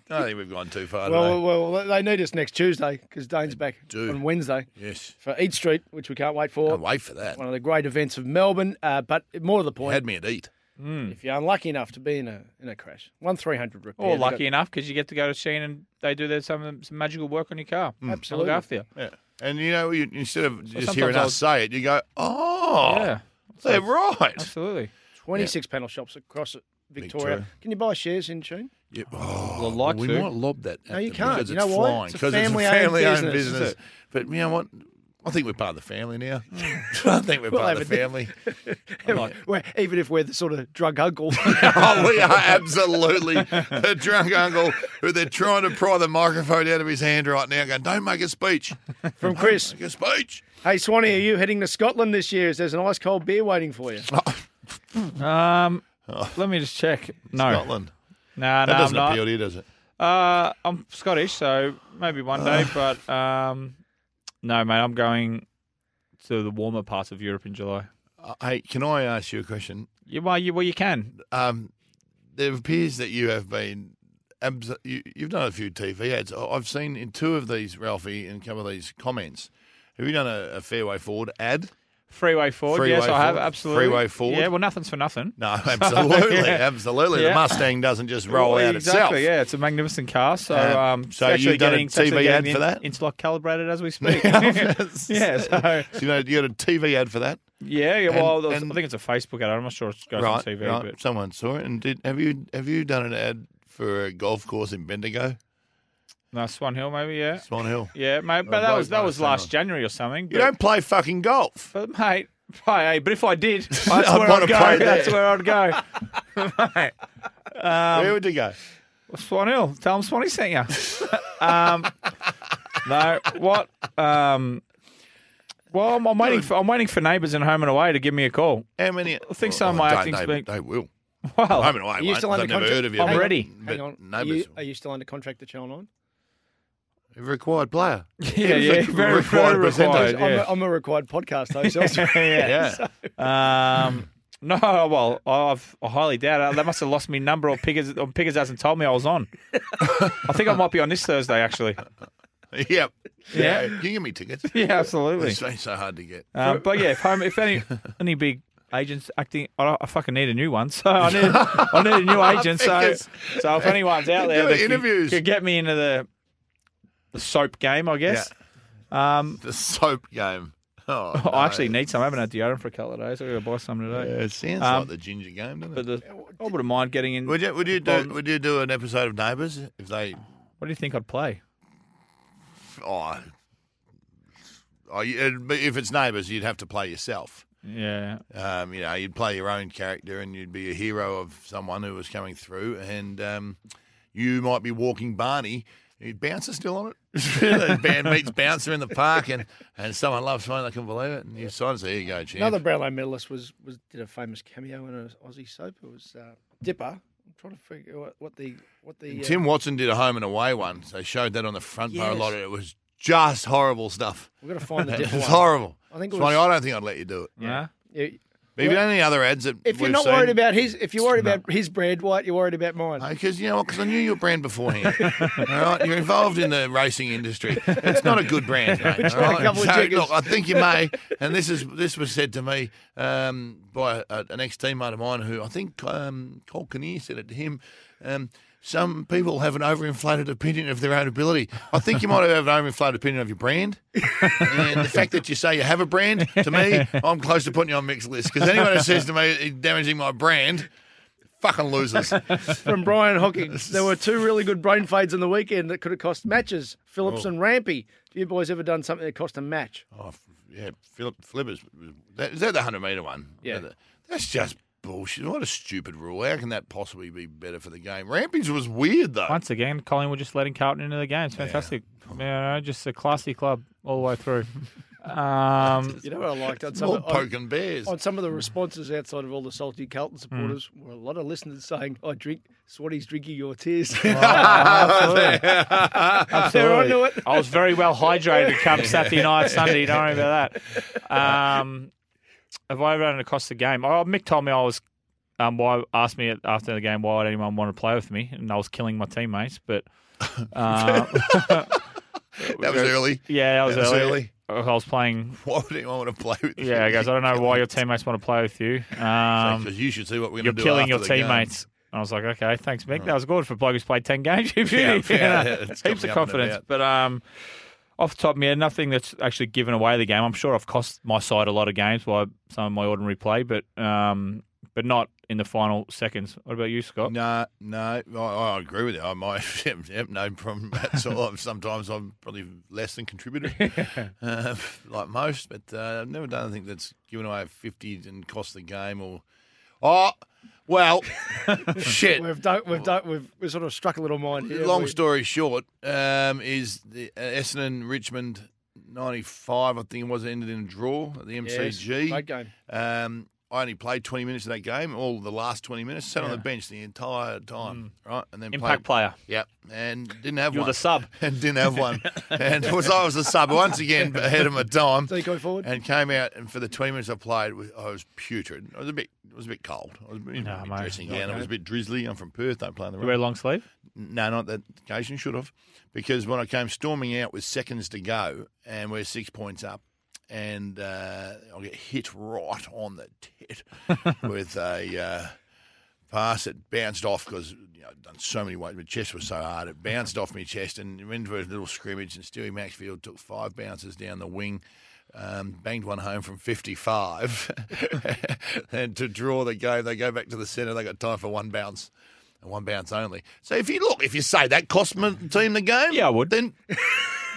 S2: I don't think we've gone too far.
S1: Well,
S2: today.
S1: well, well, they need us next Tuesday because Dane's back
S2: do.
S1: on Wednesday
S2: yes.
S1: for Eat Street, which we can't wait for.
S2: Can't wait for that.
S1: One of the great events of Melbourne. Uh, but more to the
S2: You
S1: point,
S2: had me at eat.
S1: if you're unlucky enough to be in a in a crash, one three hundred repair.
S3: or
S1: They've
S3: lucky
S1: got-
S3: enough because you get to go to Sheen and they do their some, some magical work on your car. They
S1: Absolutely.
S3: look after you.
S2: Yeah. And you know, you, instead of just
S3: sometimes
S2: hearing
S3: I'll-
S2: us say it, you go, "Oh,
S3: yeah,
S2: they're right."
S3: absolutely.
S1: twenty six panel shops across Victoria.
S2: Victoria.
S1: Can you buy shares in Sheen?
S2: Yep. Oh,
S3: I'd like
S2: we
S3: to.
S2: might lob that. At
S1: No, you
S2: them
S1: can't.
S2: Because
S1: You
S2: it's
S1: know why?
S2: flying.
S1: It's a
S2: 'Cause
S1: family-owned
S2: family-owned
S1: business, isn't it?
S2: But you know what? I think we're part of the family now.
S1: Hmm.
S2: I think we're part of the family.
S1: Well, even if we're the sort of drug uncle.
S2: oh, we are absolutely the drunk uncle who they're trying to pry the microphone out of his hand right now, going, "Don't make a speech."
S1: From Chris.
S2: Make a speech.
S1: Hey, Swanee, are you heading to Scotland this year? There's an ice cold beer waiting for you.
S3: Um, let me just check. No,
S2: Oh. Scotland.
S3: nah,
S2: That
S3: nah, I'm
S2: doesn't
S3: not.
S2: appeal to you, does it?
S3: Uh, I'm Scottish, so maybe one day. But um, no, mate, I'm going to the warmer parts of Europe in July.
S2: Uh, hey, can I ask you a question?
S3: You, well, you, well, you can.
S2: Um, there appears that you have been. Abs- you, you've done a few TV ads. I- I've seen in two of these, Ralphie, in a couple of these comments. Have you done a, a Fairway Forward ad?
S3: Freeway forward.
S2: Freeway
S3: yes, I have.
S2: forward.
S3: Absolutely.
S2: Freeway forward.
S3: Yeah. Well, nothing's for nothing.
S2: No, absolutely,
S3: Yeah.
S2: absolutely.
S3: Yeah.
S2: The Mustang doesn't just roll
S3: Well,
S2: out
S3: exactly,
S2: itself.
S3: Yeah, it's a magnificent car. So,
S2: Um,
S3: um,
S2: so
S3: it's actually
S2: you've done a
S3: getting, it's actually
S2: TV ad
S3: getting
S2: for
S3: the
S2: that?
S3: Interlock calibrated as we speak. yeah. So,
S2: So you know, you got a TV ad for that,
S3: yeah. yeah, Well,
S2: And-
S3: there was-
S2: and-
S3: I think it's a Facebook ad. I'm not sure it goes on
S2: right?
S3: TV,
S2: right.
S3: but
S2: Someone saw it, and did have you have you done an ad for a golf course in Bendigo,
S3: no, Swan Hill, maybe. Yeah.
S2: Swan Hill?
S3: Yeah, mate. But
S2: Well,
S3: that
S2: both
S3: was that
S2: know
S3: was
S2: someone.
S3: last January or something. But,
S2: You don't play fucking golf.
S3: but mate. Hey, but if I did, that's
S2: I'd
S3: where
S2: wanna
S3: I'd go.
S2: play there.
S3: That's where I'd go. Um,
S2: Where would you go?
S3: Swan Hill. Tell them Swanee sent you. um, no, what? Um, well, I'm, I'm waiting for I'm waiting for neighbours and home and away to give me a call.
S2: How many?
S3: I think some of my
S2: don't-
S3: acting's
S2: they,
S3: been-
S2: They will.
S3: Well,
S2: Home and away.
S1: Are you
S2: won't.
S1: still under
S2: They've never
S1: contract?
S2: heard of you.
S3: I'm
S2: but-
S3: ready.
S2: But
S1: Hang on. Are
S2: Neighbours,
S1: you, are you still under contract to Channel 9?
S2: a required player.
S3: yeah, yeah, very, very
S2: Required presenters.
S3: required.
S1: I'm,
S3: Yeah.
S1: a, I'm a required podcast host. also.
S2: Yeah.
S3: Um, no, well, I've, I highly doubt it. They must have lost me number or Piggers, or Piggers hasn't told me I was on. I think I might be on this Thursday, actually.
S2: yep.
S3: Yeah.
S2: Can you give me tickets? uh,
S3: Yeah, absolutely.
S2: It's been so hard to get.
S3: Um, but yeah, if, home, if any any big agents acting. I, don't- I fucking need a new one, so I need I need a new agent. So
S2: Fingers.
S3: so if anyone's out there
S2: Doing
S3: that could-
S2: interviews.
S3: could get me into the the soap game, I guess. Um,
S2: The soap game. Oh, no.
S3: I actually need some. I haven't had deodorant for a couple of days. I got to buy some
S2: Yeah,
S3: today.
S2: it sounds
S3: Um,
S2: like the ginger game, doesn't
S3: But
S2: it?
S3: the, I wouldn't mind getting in.
S2: Would you would you do
S3: Well-
S2: would you do an episode of Neighbours if they?
S3: What do you think I'd play?
S2: Oh, oh you- it'd be- if it's Neighbours, you'd have to play yourself.
S3: Yeah,
S2: Um, you know, you'd play your own character, and you'd be a hero of someone who was coming through, and um, you might be walking Barney. You'd Bouncer still on it? Band meets Bouncer in the park, and, and someone loves someone, they can believe it. And you sign it, so here you go, champ.
S1: Another Brownlow medalist was, was did a famous cameo in an Aussie soap. It was uh, Dipper. I'm trying to figure out what, what the what the uh,
S2: Tim Watson did a home and away one. They showed that on the front bar a
S1: Yes.
S2: lot. It was just horrible stuff.
S1: We're gonna find the
S2: It
S1: Dipper
S2: was
S1: one.
S2: horrible.
S1: I think it
S2: Swanee,
S1: was-
S2: I don't think I'd let you do it.
S3: yeah.
S1: Yeah,
S2: But if you
S1: Well,
S2: have any other ads that
S1: if you're
S2: we've
S1: not
S2: seen-
S1: worried about his, if you're worried about his bread, White, you're worried about mine.
S2: because you know what? Because I knew your brand beforehand. all right, you're involved in the racing industry. It's not a good brand. Mate, all right?
S1: couple of
S2: So,
S1: jiggers.
S2: look, I think you may. And this is this was said to me um, by a, an ex teammate of mine who I think um, Cole Kinnear said it to him. Um, some people have an overinflated opinion of their own ability. I think you might have an overinflated opinion of your brand. And the fact that you say you have a brand, to me, I'm close to putting you on mixed list. Because anyone who says to me, "He's damaging my brand, fucking losers.
S1: From Brian Hawkins, there were two really good brain fades in the weekend that could have cost matches. Phillips and Rampy. Have you boys ever done something that cost a match?
S2: Oh, f- yeah, Philip Flippers. That, is that the hundred meter one?
S1: Yeah.
S2: That- that's just bullshit. What a stupid rule. How can that possibly be better for the game? Rampage was weird though.
S3: Once again, Collingwood just letting Carlton into the game. It's fantastic. Yeah, no, just a classy club all the way through. Um,
S1: You know what I liked on
S2: It's
S1: some
S2: all
S1: of, on,
S2: poking bears.
S1: on some of the responses outside of all the salty Carlton supporters were a lot of listeners saying, "I drink Swatty's drinking your tears." They're
S3: Absolutely.
S1: onto it.
S3: I was very well hydrated come Saturday night, Sunday. Don't worry about that. Um, have I ever run across the game? Oh, Mick told me I was. Um, why asked me after the game why would anyone want to play with me, and I was killing my teammates. But uh,
S2: that was early.
S3: yeah, that was,
S2: That was
S3: early. I was playing.
S2: Why would anyone want to play with?
S3: Yeah, guys, I don't know why your teammates want to play with you. Um,
S2: Because you should see what we're
S3: you're
S2: going to do.
S3: killing
S2: after
S3: your
S2: the game.
S3: teammates. And I was like, okay, thanks, Mick. That was good for a bloke who's played 10 games. You
S2: Yeah,
S3: know,
S2: yeah, it's got
S3: Heaps
S2: me up
S3: of
S2: and
S3: confidence.
S2: about.
S3: But um, off the top of my head, nothing that's actually given away the game. I'm sure I've cost my side a lot of games by some of my ordinary play, but um, but not in the final seconds. What about you,
S1: Oh.
S3: Scott?
S2: No, no, I, I agree with you. I might, yep, yep, no problem at all. I've- Sometimes I'm probably less than contributor, uh, like most, but uh, I've never done anything that's given away 50 and cost the game or. Oh, well, shit.
S1: We've done, we've done, we've, we've sort of struck a little mine here.
S2: Long
S1: We-
S2: story short, um, is the uh, Essendon Richmond 95, I think it was, ended in a draw at the
S1: Yes,
S2: MCG.
S1: great game.
S2: Um, I only played 20 minutes of that game, all the last 20 minutes, sat on the bench the entire time,
S1: Mm.
S2: right? And then
S3: Impact
S2: played,
S3: player.
S2: Yep, and didn't have
S3: You're
S2: one.
S3: the sub.
S2: and didn't have one. and was I was the sub once again ahead of my time.
S1: So you go forward?
S2: And came out, and for the 20 minutes I played, was- I was putrid. I was a bit, it was a bit cold. I was in
S3: No,
S2: my
S3: mate.
S2: dressing gown. It was a bit drizzly. I'm from Perth. Don't play in the
S3: You
S2: rain.
S3: wear long sleeve?
S2: No, not that occasion. Should have, because when I came storming out with seconds to go, and we're six points up, and uh, I get hit right on the tit with a uh, pass that bounced off because you know, I'd done so many weights. My chest was so hard it bounced off my chest, and it went into a little scrimmage. And Stewie Maxfield took five bounces down the wing. Um, banged one home from 55 and to draw the game they go back to the centre they got time for one bounce and one bounce only. So if you look, if you say that cost my team the game,
S3: Yeah, I would.
S2: Then,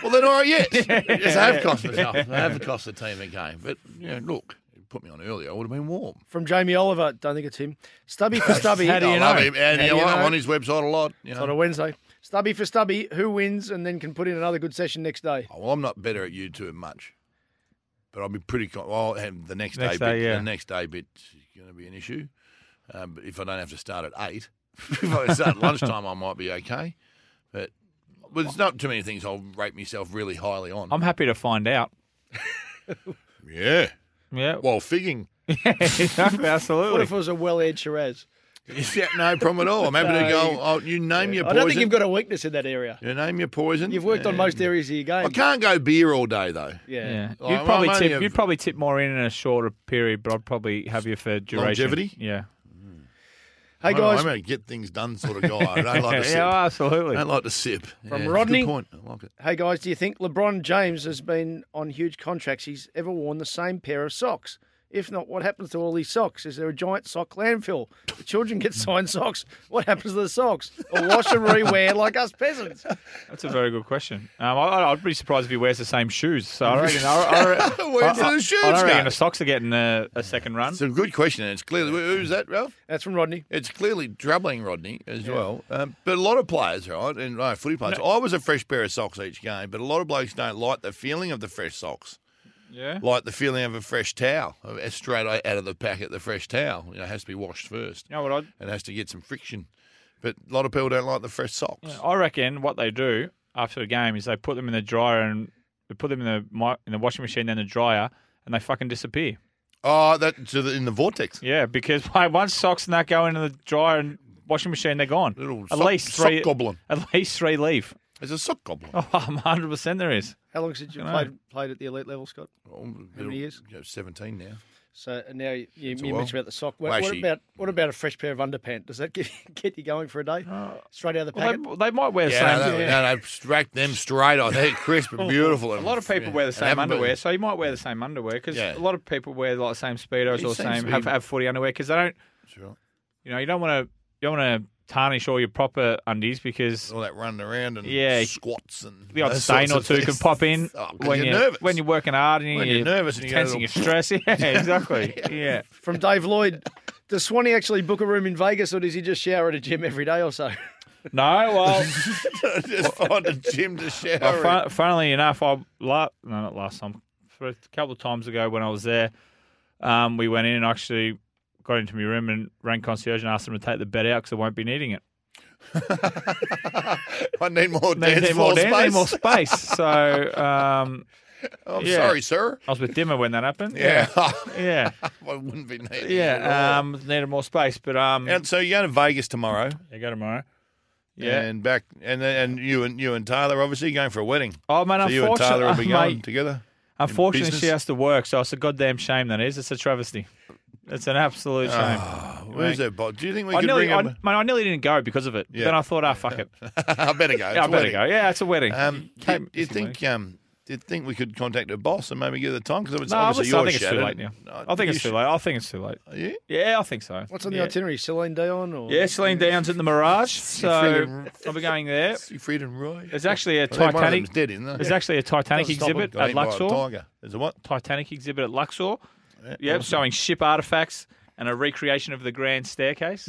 S2: well, then all right, yes, yes, they have cost myself. They have cost the team the game. But you know, look, if you put me on earlier, I would have been warm.
S1: From Jamie Oliver, don't think it's him. Stubby for Stubby.
S3: How do you
S2: I
S3: know?
S2: love him, and
S1: How
S2: you
S1: do
S2: know,
S1: you
S2: what? I'm
S1: know?
S2: on his website a lot. You
S1: It's on a
S2: know.
S1: Wednesday. Stubby for Stubby, who wins and then can put in another good session next day.
S2: Oh, well, I'm not better at you two much, but I'll be pretty. Con- well, and the next, day,
S3: Next
S2: bit,
S3: day, yeah.
S2: the next day bit's going to be an issue. Um, but if I don't have to start at eight, if I start at lunchtime, I might be okay. But well, there's not too many things I'll rate myself really highly on.
S3: I'm happy to find out.
S2: Yeah.
S3: Yeah.
S2: Well, figging.
S3: Absolutely.
S1: What if it was a well aired Shiraz?
S2: Yeah, no problem at all. I'm happy to
S1: No,
S2: go.
S1: you-
S2: Oh, you name your
S1: I
S2: poison.
S1: don't think you've got a weakness in that area.
S2: You name your poison.
S1: You've worked on most
S2: and-
S1: areas of your game.
S2: I can't go beer all day though.
S1: Yeah.
S3: Yeah,
S2: Oh,
S3: you'd
S2: I'm
S3: probably
S2: only
S3: tip.
S2: a-
S3: You'd probably tip more in in a shorter period, but I'd probably have you for duration.
S2: Longevity?
S3: Yeah.
S1: Hey
S2: I don't know,
S1: guys,
S2: I'm a get things done sort of guy. Oh, I don't like to sip.
S3: yeah,
S2: I
S3: absolutely.
S2: don't like to sip. Yeah, it's a
S1: Rodney.
S2: Good point. I like it.
S1: hey guys, do you think LeBron James has been on huge contracts? He's ever worn the same pair of socks? If not, what happens to all these socks? Is there a giant sock landfill? The children get signed socks. What happens to the socks? Or wash and rewear like us peasants?
S3: That's a very good question. Um, I, I'd be surprised if he wears the same shoes. So I reckon. I, I, I,
S2: Where do
S3: I-
S2: the shoes
S3: I don't
S2: go?
S3: reckon the socks are getting a, a second run.
S2: It's a good question. and It's clearly who's that, Ralph?
S1: That's from Rodney.
S2: It's clearly troubling Rodney as well. Um, but a lot of players, right, and right, footy players. I was a fresh pair of socks each game, but a lot of blokes don't like the feeling of the fresh socks,
S3: yeah.
S2: like the feeling of a fresh towel, uh, a straight out of the packet. The fresh towel, you know, has to be washed first
S3: You know what? I'd,
S2: and has to get some friction. But a lot of people don't like the fresh socks.
S3: Yeah, I reckon what they do after a game is they put them in the dryer and they put them in the mi- in the washing machine, then the dryer, and they fucking disappear.
S2: Oh, that to the, in the vortex.
S3: Yeah, because like, once socks and that go into the dryer and washing machine, they're gone.
S2: Little
S3: at
S2: sock-
S3: least
S2: sock
S3: three
S2: goblin.
S3: At least three leave.
S2: There's a sock goblin.
S3: Oh, 100 percent there is.
S1: How long since you
S3: Dunno.
S1: played, played at the elite level, Scott?
S2: Oh,
S1: many years?
S2: you know, Seventeen now.
S1: So and now you, you
S2: a while.
S1: mentioned about the sock. What,
S2: Well,
S1: what
S2: actually-
S1: about what about a fresh pair of underpants? Does that get, get you going for a day? Straight out of the
S3: Uh, Well,
S1: packet.
S3: they, they might wear the
S2: Yeah,
S3: same.
S2: no, no, no, rack them straight on. They're crisp and beautiful.
S3: A lot of people wear the
S2: And
S3: same
S2: haven't been-
S3: underwear, so you might wear the same underwear because
S2: Yeah.
S3: a lot of people wear like the same speedos
S2: Yeah,
S3: or
S2: same
S3: same have,
S2: speed.
S3: have footy underwear because they don't.
S2: Sure.
S3: You know, you don't want to. You don't want to tarnish all your proper undies because
S2: all that running around and
S3: Yeah.
S2: squats and
S3: the odd
S2: those
S3: stain or
S2: sorts
S3: two
S2: of
S3: can
S2: things.
S3: pop in
S2: Oh, 'cause
S3: when
S2: you're
S3: you
S2: nervous.
S3: when you're working hard and
S2: When you're nervous and you go
S3: tensing
S2: to-
S3: your stress. Yeah, exactly. yeah.
S1: From Dave Lloyd, does Swanee actually book a room in Vegas, or does he just shower at a gym every day or so?
S3: No, well,
S2: just find a gym to shower.
S3: well,
S2: in.
S3: fun, funnily enough, I la- no, not last time, for a couple of times ago when I was there, um, we went in and actually got into my room and rang concierge and asked them to take the bed out because I won't be needing it.
S2: I need more
S3: They
S2: dance
S3: need more,
S2: floor space.
S3: dan- they
S2: Oh,
S3: need more space. So um,
S2: I'm
S3: yeah.
S2: sorry, sir.
S3: I was with Dimmer when that happened.
S2: Yeah,
S3: Yeah.
S2: I wouldn't be needing. it at
S3: Yeah.
S2: all.
S3: Um, needed more space, but um,
S2: and so you're going to Vegas tomorrow,
S3: yeah, go tomorrow. Yeah.
S2: and back, and then and you and you and Tyler obviously going for a wedding.
S3: Oh man,
S2: so you and
S3: unfortunately,
S2: Tyler will be
S3: mate,
S2: going together.
S3: unfortunately, she
S2: business?
S3: has to work, so it's a goddamn shame. That is, it's a travesty. It's an absolute shame.
S2: Ah, Where's that bot? Do you think we
S3: I
S2: could
S3: nearly,
S2: bring
S3: I,
S2: him?
S3: man, I nearly didn't go because of it.
S2: Yeah.
S3: Then I thought, ah, fuck it,
S2: I better go. It's
S3: yeah, I
S2: a
S3: better
S2: wedding.
S3: go. Yeah, it's a wedding.
S2: Um, do you,
S3: Came-
S2: do you
S3: it's a wedding.
S2: think um, do you think we could contact her boss and maybe get the time? Because it's
S3: No, I
S2: obviously
S3: was-
S2: your
S3: I think it's too
S2: shattered.
S3: late now.
S2: No,
S3: I think
S2: you
S3: it's too
S2: sh-
S3: late. I think it's too late.
S2: Are you?
S3: Yeah, I think so.
S1: What's on the
S3: yeah.
S1: itinerary? Celine Dion or
S3: Yeah, Celine Downs in the Mirage. So
S2: Freedom.
S3: I'll be going there.
S2: Siegfried and Roy.
S3: There's actually a
S2: I think one of
S3: Titanic.
S2: them's dead, isn't there?
S3: There's actually a Titanic
S2: Doesn't stop
S3: exhibit
S2: them. Got
S3: at
S2: eaten by a
S3: Luxor.
S2: Tiger. There's a what?
S3: Titanic exhibit at Luxor. Yep, showing ship artifacts and a recreation of the Grand Staircase.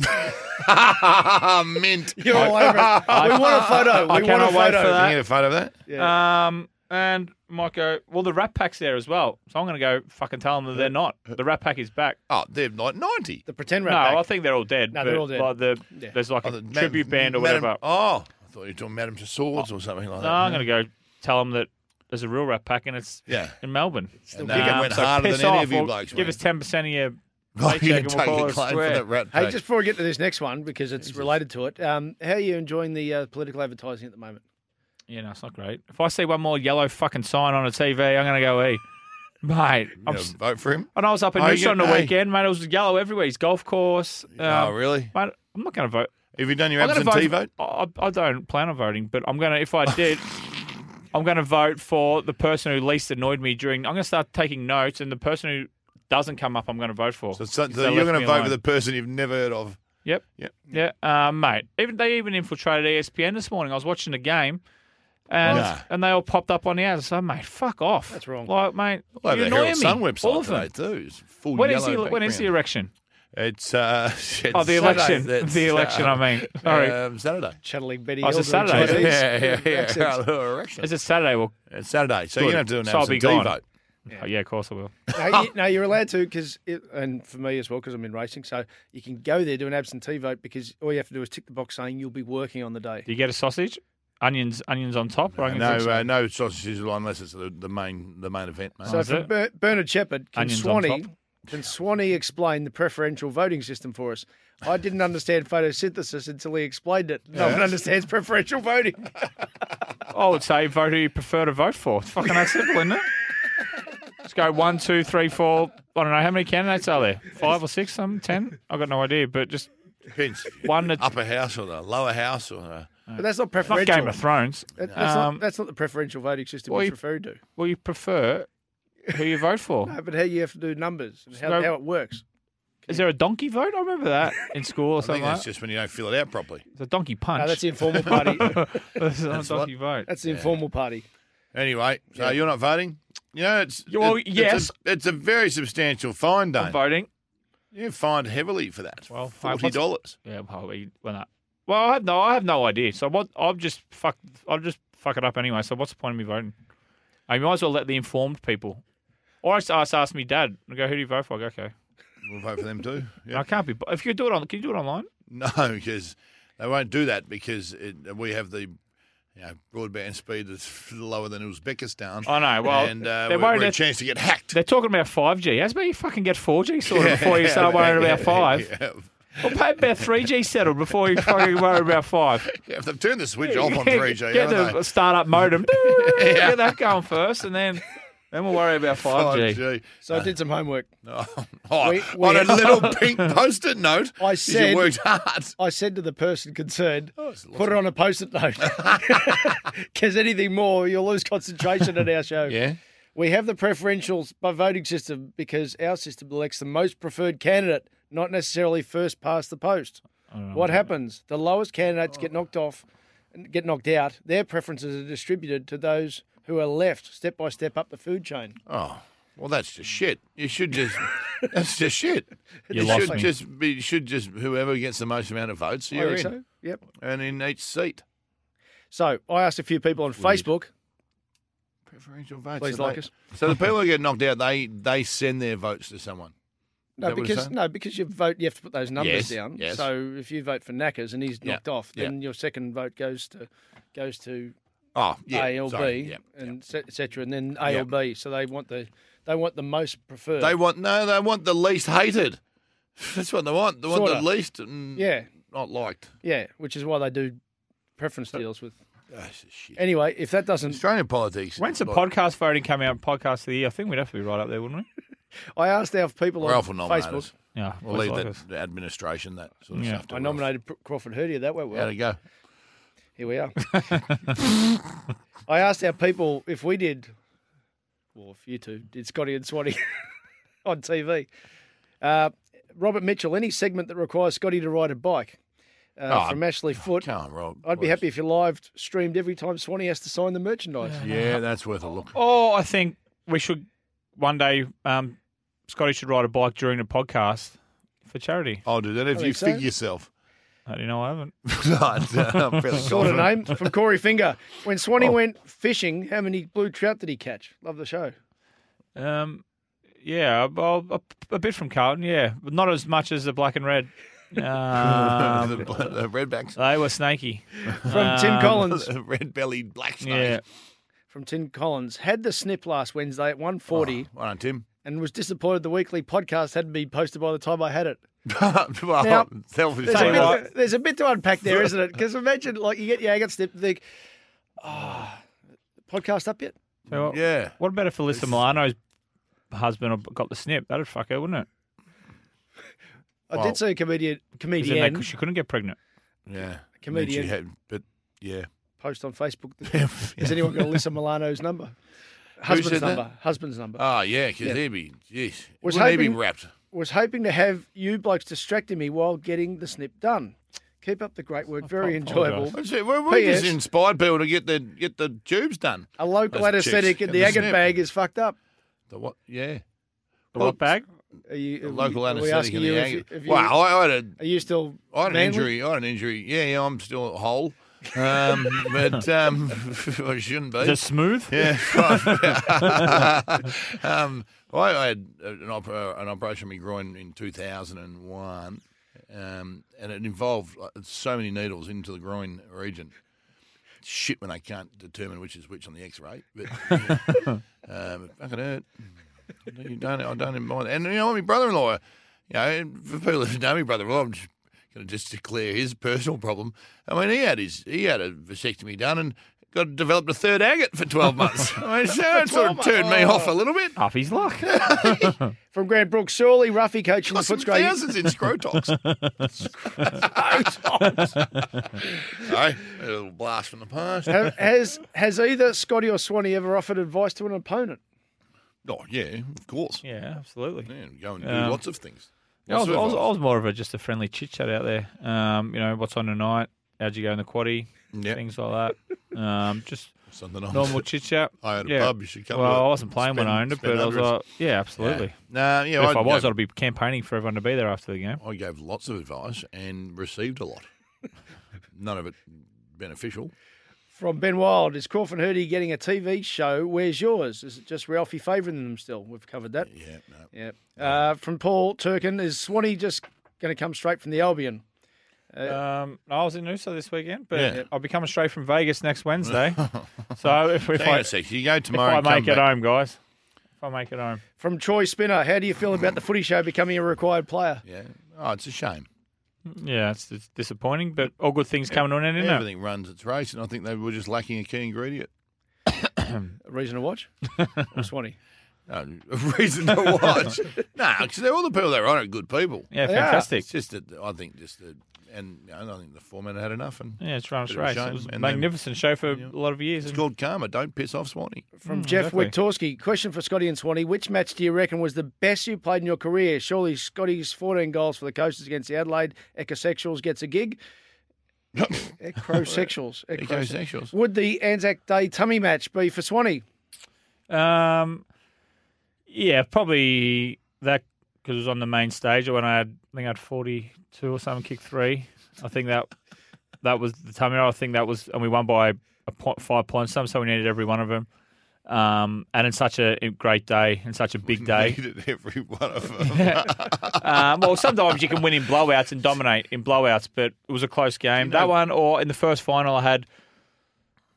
S2: Ah, Mint.
S1: You're all over it. we want a photo. We
S3: I
S1: want a
S3: cannot wait
S1: photo.
S3: for
S2: Can you
S3: that.
S2: get a photo of that?
S3: Um, and might go. Well, the Rat Pack's there as well, so I'm going to go fucking tell them that they're not. The Rat Pack is back.
S2: Oh, they're like 90.
S1: The pretend
S3: No,
S1: rat pack.
S3: I think they're all dead.
S1: No, they're
S3: but,
S1: all dead.
S3: Like the, There's like
S2: Oh,
S3: a
S2: the Madam-
S3: tribute band or
S2: Madam-
S3: whatever.
S2: Oh, I thought you were talking Madame Tussauds or something like
S3: no,
S2: that.
S3: I'm going to go tell them that there's a real Rat Pack and it's
S2: Yeah.
S3: in Melbourne.
S2: And they went harder
S3: piss
S2: than any
S3: off
S2: of you
S3: or
S2: blokes,
S3: Give
S2: mate.
S3: us ten percent of your
S2: Oh, you
S3: paycheck
S2: can
S3: and
S2: take
S3: we'll call
S2: a
S3: it a
S2: claim for
S3: square.
S2: that rat
S1: Hey,
S2: pack.
S1: just before we get to this next one, because it's related to it, um, how are you enjoying the uh, political advertising at the moment?
S3: Yeah, no, it's not great. If I see one more yellow fucking sign on a TV, I'm going to go, hey, mate.
S2: You
S3: I'm
S2: gonna
S3: s-
S2: vote for him?
S3: and I was up in
S2: Oh, you
S3: Noosa on the
S2: get- hey.
S3: weekend, mate. It was yellow everywhere. His golf course.
S2: Oh,
S3: um,
S2: really?
S3: Mate, I'm not going to vote.
S2: Have you done your
S3: I'm gonna
S2: absentee vote?
S3: I, I don't plan on voting, but I'm going to, if I did, I'm going to vote for the person who least annoyed me during. I'm going to start taking notes, and the person who doesn't come up, I'm going to vote for.
S2: So, so,
S3: because
S2: so
S3: they
S2: you're
S3: left
S2: going
S3: me
S2: to vote
S3: alone.
S2: for the person you've never heard of.
S3: Yep.
S2: Yep.
S3: Yeah, uh, mate. Even they even infiltrated E ESPN this morning. I was watching the game, and
S2: Nah.
S3: and they all popped up on the ads. So, mate, fuck off.
S1: That's wrong.
S3: Like, mate,
S2: All over
S3: you
S2: the
S3: annoy
S2: Herald
S3: me.
S2: Sun website
S3: all of
S2: today
S3: them.
S2: too. It's full
S3: When is
S2: yellow
S3: the when is the
S2: background.
S3: erection?
S2: It's uh,
S3: Oh, the election.
S2: That's,
S3: the election.
S2: uh,
S3: I mean, sorry.
S2: um, Saturday.
S1: Channeling Betty
S3: Oh,
S1: Hill.
S3: is it
S1: doing
S3: Saturday?
S1: Chinese.
S2: Yeah, yeah, yeah.
S1: Accents.
S2: Erection.
S3: is it Saturday? Well,
S2: It's Saturday, so
S3: Good.
S2: you're going to have to do an
S3: So I'll be
S2: absentee
S3: gone.
S2: vote.
S3: oh, yeah, of course I will.
S1: no, you, no, you're allowed to because, and for me as well, because I'm in racing, so you can go there do an absentee vote because all you have to do is tick the box saying you'll be working on the day.
S3: Do you get a sausage? Onions, onions on top. or onions
S2: No,
S3: on-
S2: uh, no sausages unless it's the, the main the main event, mate.
S1: So
S3: Oh, is
S1: for
S3: it?
S1: Ber- Bernard Shepherd, can
S3: Onions on
S1: Swanee
S3: top.
S1: can Swanee explain the preferential voting system for us? I didn't understand photosynthesis until he explained it. No one understands preferential voting.
S3: Uh, I would say Oh, vote who you prefer to vote for. It's fucking that simple, isn't it? Let's go one, two, three, four. I don't know how many candidates are there. Five or six, some ten. I've got no idea, but just
S2: Depends.
S3: one that's
S2: Upper house or the lower house or uh, the.
S1: But that's not
S3: not
S1: preferential.
S3: Game of Thrones.
S1: That- That's,
S3: Um,
S1: not, that's not the preferential voting system
S3: well,
S1: he's
S3: you-
S1: referring to.
S3: Well, you prefer who you vote for.
S1: No, but how you have to do numbers and how,
S3: No.
S1: how it works.
S3: Is there a donkey vote? I remember that in school or
S2: I think
S3: something like
S2: that's
S3: that.
S2: just when you don't fill it out properly.
S3: It's a donkey punch.
S1: No, that's the informal party.
S3: That's not a donkey vote.
S1: That's the informal party.
S2: Anyway, so you're not voting. You know, it's
S3: Yeah, well,
S2: it's-
S3: yes.
S2: it's a, it's a very substantial fine,
S3: I'm
S2: Dane.
S3: voting.
S2: You fined heavily for that.
S3: Well, I-
S2: forty dollars.
S3: Yeah, well, we, well, no. well, I have no, I have no idea. So what? I've just fuck, I'll just fuck it up anyway. So what's the point of me voting? I might as well let the informed people. Or I just ask, ask me dad. I go, who do you vote for? I go, okay.
S2: We'll vote for them too.
S3: I
S2: Yeah.
S3: can't be. If you do it on, can you do it online?
S2: No, because they won't do that because it, we have the you know, broadband speed that's lower than Uzbekistan.
S3: I know. Well,
S2: and uh,
S3: they're
S2: we're,
S3: worried
S2: we're a
S3: that-
S2: chance to get hacked.
S3: They're talking about five G. As you fucking get four G sorted before you start worrying about five.
S2: Yeah.
S3: Well, pay about three G settled before you fucking worry about five.
S2: Yeah, if they've turned the switch off on 3G,
S3: Get
S2: haven't
S3: the
S2: they?
S3: startup modem. Get that going first, and then then we'll worry about five G.
S2: 5G.
S1: So I did some homework.
S2: Oh,
S1: We- we-
S2: on a little pink post-it note.
S1: I said-
S2: you worked hard.
S1: I said to the person concerned,
S2: it's lots
S1: put it on a post-it note. Because anything more, you'll lose concentration at our show.
S2: Yeah.
S1: We have the preferentials by voting system because our system elects the most preferred candidate, not necessarily first past the post. What happens? The lowest candidates get knocked off, get knocked out. Their preferences are distributed to those who are left step by step up the food chain.
S2: Oh, well, that's just shit. You should just. that's just shit.
S3: You
S2: It
S3: lost
S2: should
S3: me.
S2: just be. Should just whoever gets the most amount of votes,
S1: I
S2: you're Oh, in,
S1: think Oh, so. Yep.
S2: and in each seat.
S1: So I asked a few people on Facebook.
S2: Preferential votes.
S1: Please
S2: so
S1: like
S2: they-
S1: us.
S2: So the people who get knocked out, they they send their votes to someone.
S1: No,
S2: that what it's
S1: because
S2: saying?
S1: no, because you vote, you have to put those numbers
S2: Yes,
S1: down.
S2: yes.
S1: So if you vote for Knackers and he's
S2: Yeah,
S1: knocked off,
S2: yeah.
S1: then your second vote goes to goes to
S2: Oh, yeah.
S1: A or
S2: sorry,
S1: B
S2: yeah,
S1: and se- et cetera, and then A or B. So they want the they want the most preferred.
S2: They want no. They want the least hated. That's what they want. They want
S1: Sorta.
S2: the least. mm,
S1: yeah,
S2: Not liked.
S1: yeah, which is why they do preference deals with.
S2: That's just shit.
S1: Anyway, if that doesn't,
S2: Australian politics.
S3: When's the
S2: like-
S3: podcast voting coming out? Podcast of the year? I think we'd have to be right up there, wouldn't we?
S1: I asked our people
S2: We're
S1: on
S2: awful nominators.
S1: Facebook.
S3: Yeah,
S2: We'll
S3: always
S2: leave
S3: like
S2: that
S3: us.
S2: the administration that sort of
S3: Yeah.
S2: stuff. to
S1: I
S2: Ralph.
S1: nominated P- Crawford Herdia. That went well.
S2: How'd it go?
S1: Here we are. I asked our people if we did, well, if you two did Scotty and Swanee on TV. Uh, Robert Mitchell, any segment that requires Scotty to ride a bike uh,
S2: Oh,
S1: from Ashley Foot.
S2: Come on, Rob.
S1: I'd be happy if you live streamed every time Swanee has to sign the merchandise.
S2: Yeah, that's worth a look.
S3: Oh, I think we should one day. Um, Scotty should ride a bike during the podcast for charity.
S2: I'll do that if
S1: I
S2: you
S1: think so.
S2: fig yourself. uh,
S3: How do you know I haven't?
S2: I'm fairly
S1: Sort of
S2: confident.
S1: name from Corey Finger. When
S2: Oh.
S1: Swanee went fishing, how many blue trout did he catch? Love the show.
S3: Um, yeah, well, a, a bit from Carlton, yeah, but not as much as the black and red. Um,
S2: the, the redbacks,
S3: they were snaky.
S1: From
S2: Uh,
S1: Tim
S3: Um,
S1: Collins.
S2: the red-bellied black snake.
S3: Yeah,
S1: From Tim Collins. Had the snip last Wednesday at 1.40.
S2: Well done, Tim.
S1: and was disappointed the weekly podcast hadn't been posted by the time I had it.
S2: well,
S1: Now,
S2: selfish.
S1: There's, a
S3: Tell you
S1: bit,
S3: what.
S1: there's a bit to unpack there, isn't it? Because imagine, like, you get your agate snip, think, ah, podcast up yet?
S3: So what-
S2: Yeah.
S3: What about if Felissa Milano's husband got the snip? That'd fuck her, wouldn't it?
S1: I
S2: Well,
S1: did see a comedian,
S3: 'Cause then
S1: comedian,
S3: they- she couldn't get pregnant.
S2: Yeah.
S1: Comedian.
S2: And then she had- but yeah.
S1: post on Facebook. that- Has anyone got Alyssa Milano's number?
S2: said
S1: Husband's
S2: that?
S1: number. Husband's number.
S2: Oh, yeah, because he'd be, jeez,
S1: Was
S2: wouldn't he be
S1: hoping-
S2: wrapped?
S1: was hoping to have you blokes distracting me while getting the snip done. Keep up the great work. Very
S2: Oh,
S1: enjoyable.
S2: That's it. We, we just
S1: P.S.
S2: inspired people to get the get the tubes done.
S1: A local
S2: Those chicks
S1: anaesthetic in
S2: getting
S1: the
S2: the
S1: agate
S2: snip.
S1: bag is fucked up.
S2: The what? Yeah.
S3: The what bag?
S1: Are you,
S2: The
S1: are
S2: local
S1: we- are we
S2: anaesthetic
S1: asking
S2: in the
S1: you if
S2: agate.
S1: you- if you-
S2: Wow, I, I had a
S1: Are you still?
S2: I had an
S1: manly?
S2: injury. I had an injury. Yeah, yeah I'm still whole, um, but um, I shouldn't be.
S3: Is it smooth?
S2: yeah. um, I I had an, op- uh, an operation in my groin in 2001, um, and it involved like, so many needles into the groin region. Shit, when they can't determine which is which on the X-ray, but um, it fucking hurt. You don't, I don't even mind. And you know, my brother-in-law, you know, for people who know my brother-in-law, I'm just going to just declare his personal problem. I mean, he had his he had a vasectomy done and got developed a third agate for twelve months. I mean, so that sort of turned me off a little bit.
S3: Half his luck.
S1: From Grant Brooks, surely Ruffy coaching the
S2: Cost him
S1: Footscray.
S2: thousands in scrotox. scrotox. Sorry, a little blast from the past.
S1: Ha- Has has either Scotty or Swanee ever offered advice to an opponent?
S2: Oh yeah, of course. Yeah,
S3: Yeah, absolutely.
S2: go and do
S3: Um,
S2: lots of things.
S3: Yeah, I, was,
S2: Lots
S3: I,
S2: of
S3: was,
S2: advice.
S3: I was more of a just a friendly chit chat out there. Um, you know, what's on tonight? How'd you go in the quaddy?
S2: Yeah.
S3: Things like that. Um, just
S2: something else.
S3: normal chit chat.
S2: I own a
S3: yeah.
S2: pub, you should come
S3: Well,
S2: to it.
S3: I wasn't playing when I
S2: Spend-
S3: owned it,
S2: spend
S3: but I was like,
S2: hundreds.
S3: yeah,
S2: Yeah.
S3: absolutely.
S2: No, yeah,
S3: if I
S2: I'd
S3: was,
S2: go-
S3: I'd be campaigning for everyone to be there after the game.
S2: I gave lots of advice and received a lot. None of it beneficial.
S1: From Ben Wild, is Crawford Hurdy getting a TV show? Where's yours? Is it just Ralphie favouring them still? We've covered that.
S2: Yeah, no.
S1: Yeah. Uh, from Paul Turkin, is Swanee just going to come straight from the Albion?
S3: Um, I was in Noosa this weekend, but
S2: Yeah.
S3: I'll be coming straight from Vegas next Wednesday. so if, if
S2: Hang on
S3: I,
S2: a
S3: if
S2: sec. You go tomorrow.
S3: I
S2: and come
S3: make it
S2: back.
S3: home, guys, if I make it home,
S1: From Troy Spinner, how do you feel about the footy show becoming a required player?
S2: Yeah. Oh, it's a shame.
S3: yeah, it's, it's disappointing, but all good things coming to an end, isn't it?
S2: Everything runs its race, and I think they were just lacking a key ingredient.
S1: A reason to watch? or Swanee?
S2: No, a reason to watch. no, because they're all the people that are on it, good people.
S3: Yeah,
S1: Yeah.
S3: fantastic.
S2: It's just that I think just the and you know, I think the foreman had enough, and
S3: Yeah, it's run its
S2: Bit of a
S3: race.
S2: shame,
S3: It was a
S2: and then-
S3: magnificent show for a lot of years.
S2: it's
S3: and- Mm,
S2: called karma. Don't piss off Swanee.
S1: From Jeff
S3: Hmm, exactly.
S1: Wiktorski, question for Scotty and Swanee. Which match do you reckon was the best you played in your career? Surely Scotty's 14 goals for the Coasters against the Adelaide Ecosexuals gets a gig. Ecrosexuals.
S2: Ecosexuals.
S1: Would the Anzac Day tummy match be for Swanee?
S3: Um, yeah, probably that because it was on the main stage when I had, I think I had 42 or something, kick three. I think that that was the time. I think that was, and we won by a point, five points, something, so we needed every one of them. Um, and it's such a great day and such a big day.
S2: Needed every one of them.
S3: um, well, sometimes you can win in blowouts and dominate in blowouts, but it was a close game. that one, or in the first final, I had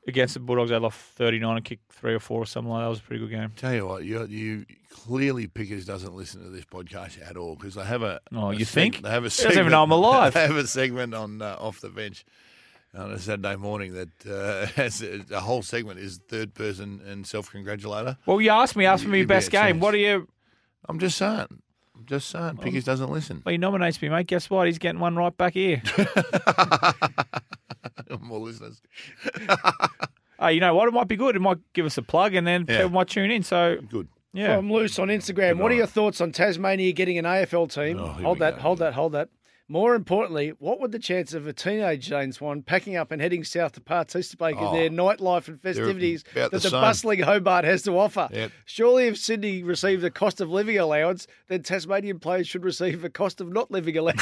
S3: against the Bulldogs, I lost 39 and kicked three or four or something like that. That was a pretty good game.
S2: Tell you what, you, you clearly Pickers doesn't listen to this podcast at all because they have a.
S3: Oh,
S2: a
S3: you
S2: seg-
S3: think?
S2: they have a
S3: He doesn't
S2: segment?
S3: even know I'm alive.
S2: They have a segment on uh, off the bench on a Saturday morning that uh, has a, a whole segment is third person and self congratulator.
S3: Well, you asked me, asked
S2: You-
S3: me
S2: you
S3: your best
S2: better
S3: game.
S2: change.
S3: What are you?
S2: I'm just saying, I'm just
S3: Um,
S2: saying, Pickers doesn't listen.
S3: Well, he nominates me, mate. Guess what? He's getting one right back here.
S2: More listeners.
S3: uh, you know what? It might be good. It might give us a plug, and then
S2: Yeah.
S3: people might tune in. So
S2: Good.
S3: yeah,
S1: From Loose on Instagram, what are your thoughts on Tasmania getting an AFL team?
S2: Oh, here
S1: hold
S2: we
S1: that,
S2: go.
S1: hold that, hold that. More importantly, what would the chance of a teenage Jane Swan packing up and heading south to participate in
S2: Oh,
S1: their nightlife and festivities that
S2: about
S1: the,
S2: the same.
S1: bustling Hobart has to offer?
S2: Yep.
S1: Surely, if Sydney received a cost of living allowance, then Tasmanian players should receive a cost of not living allowance.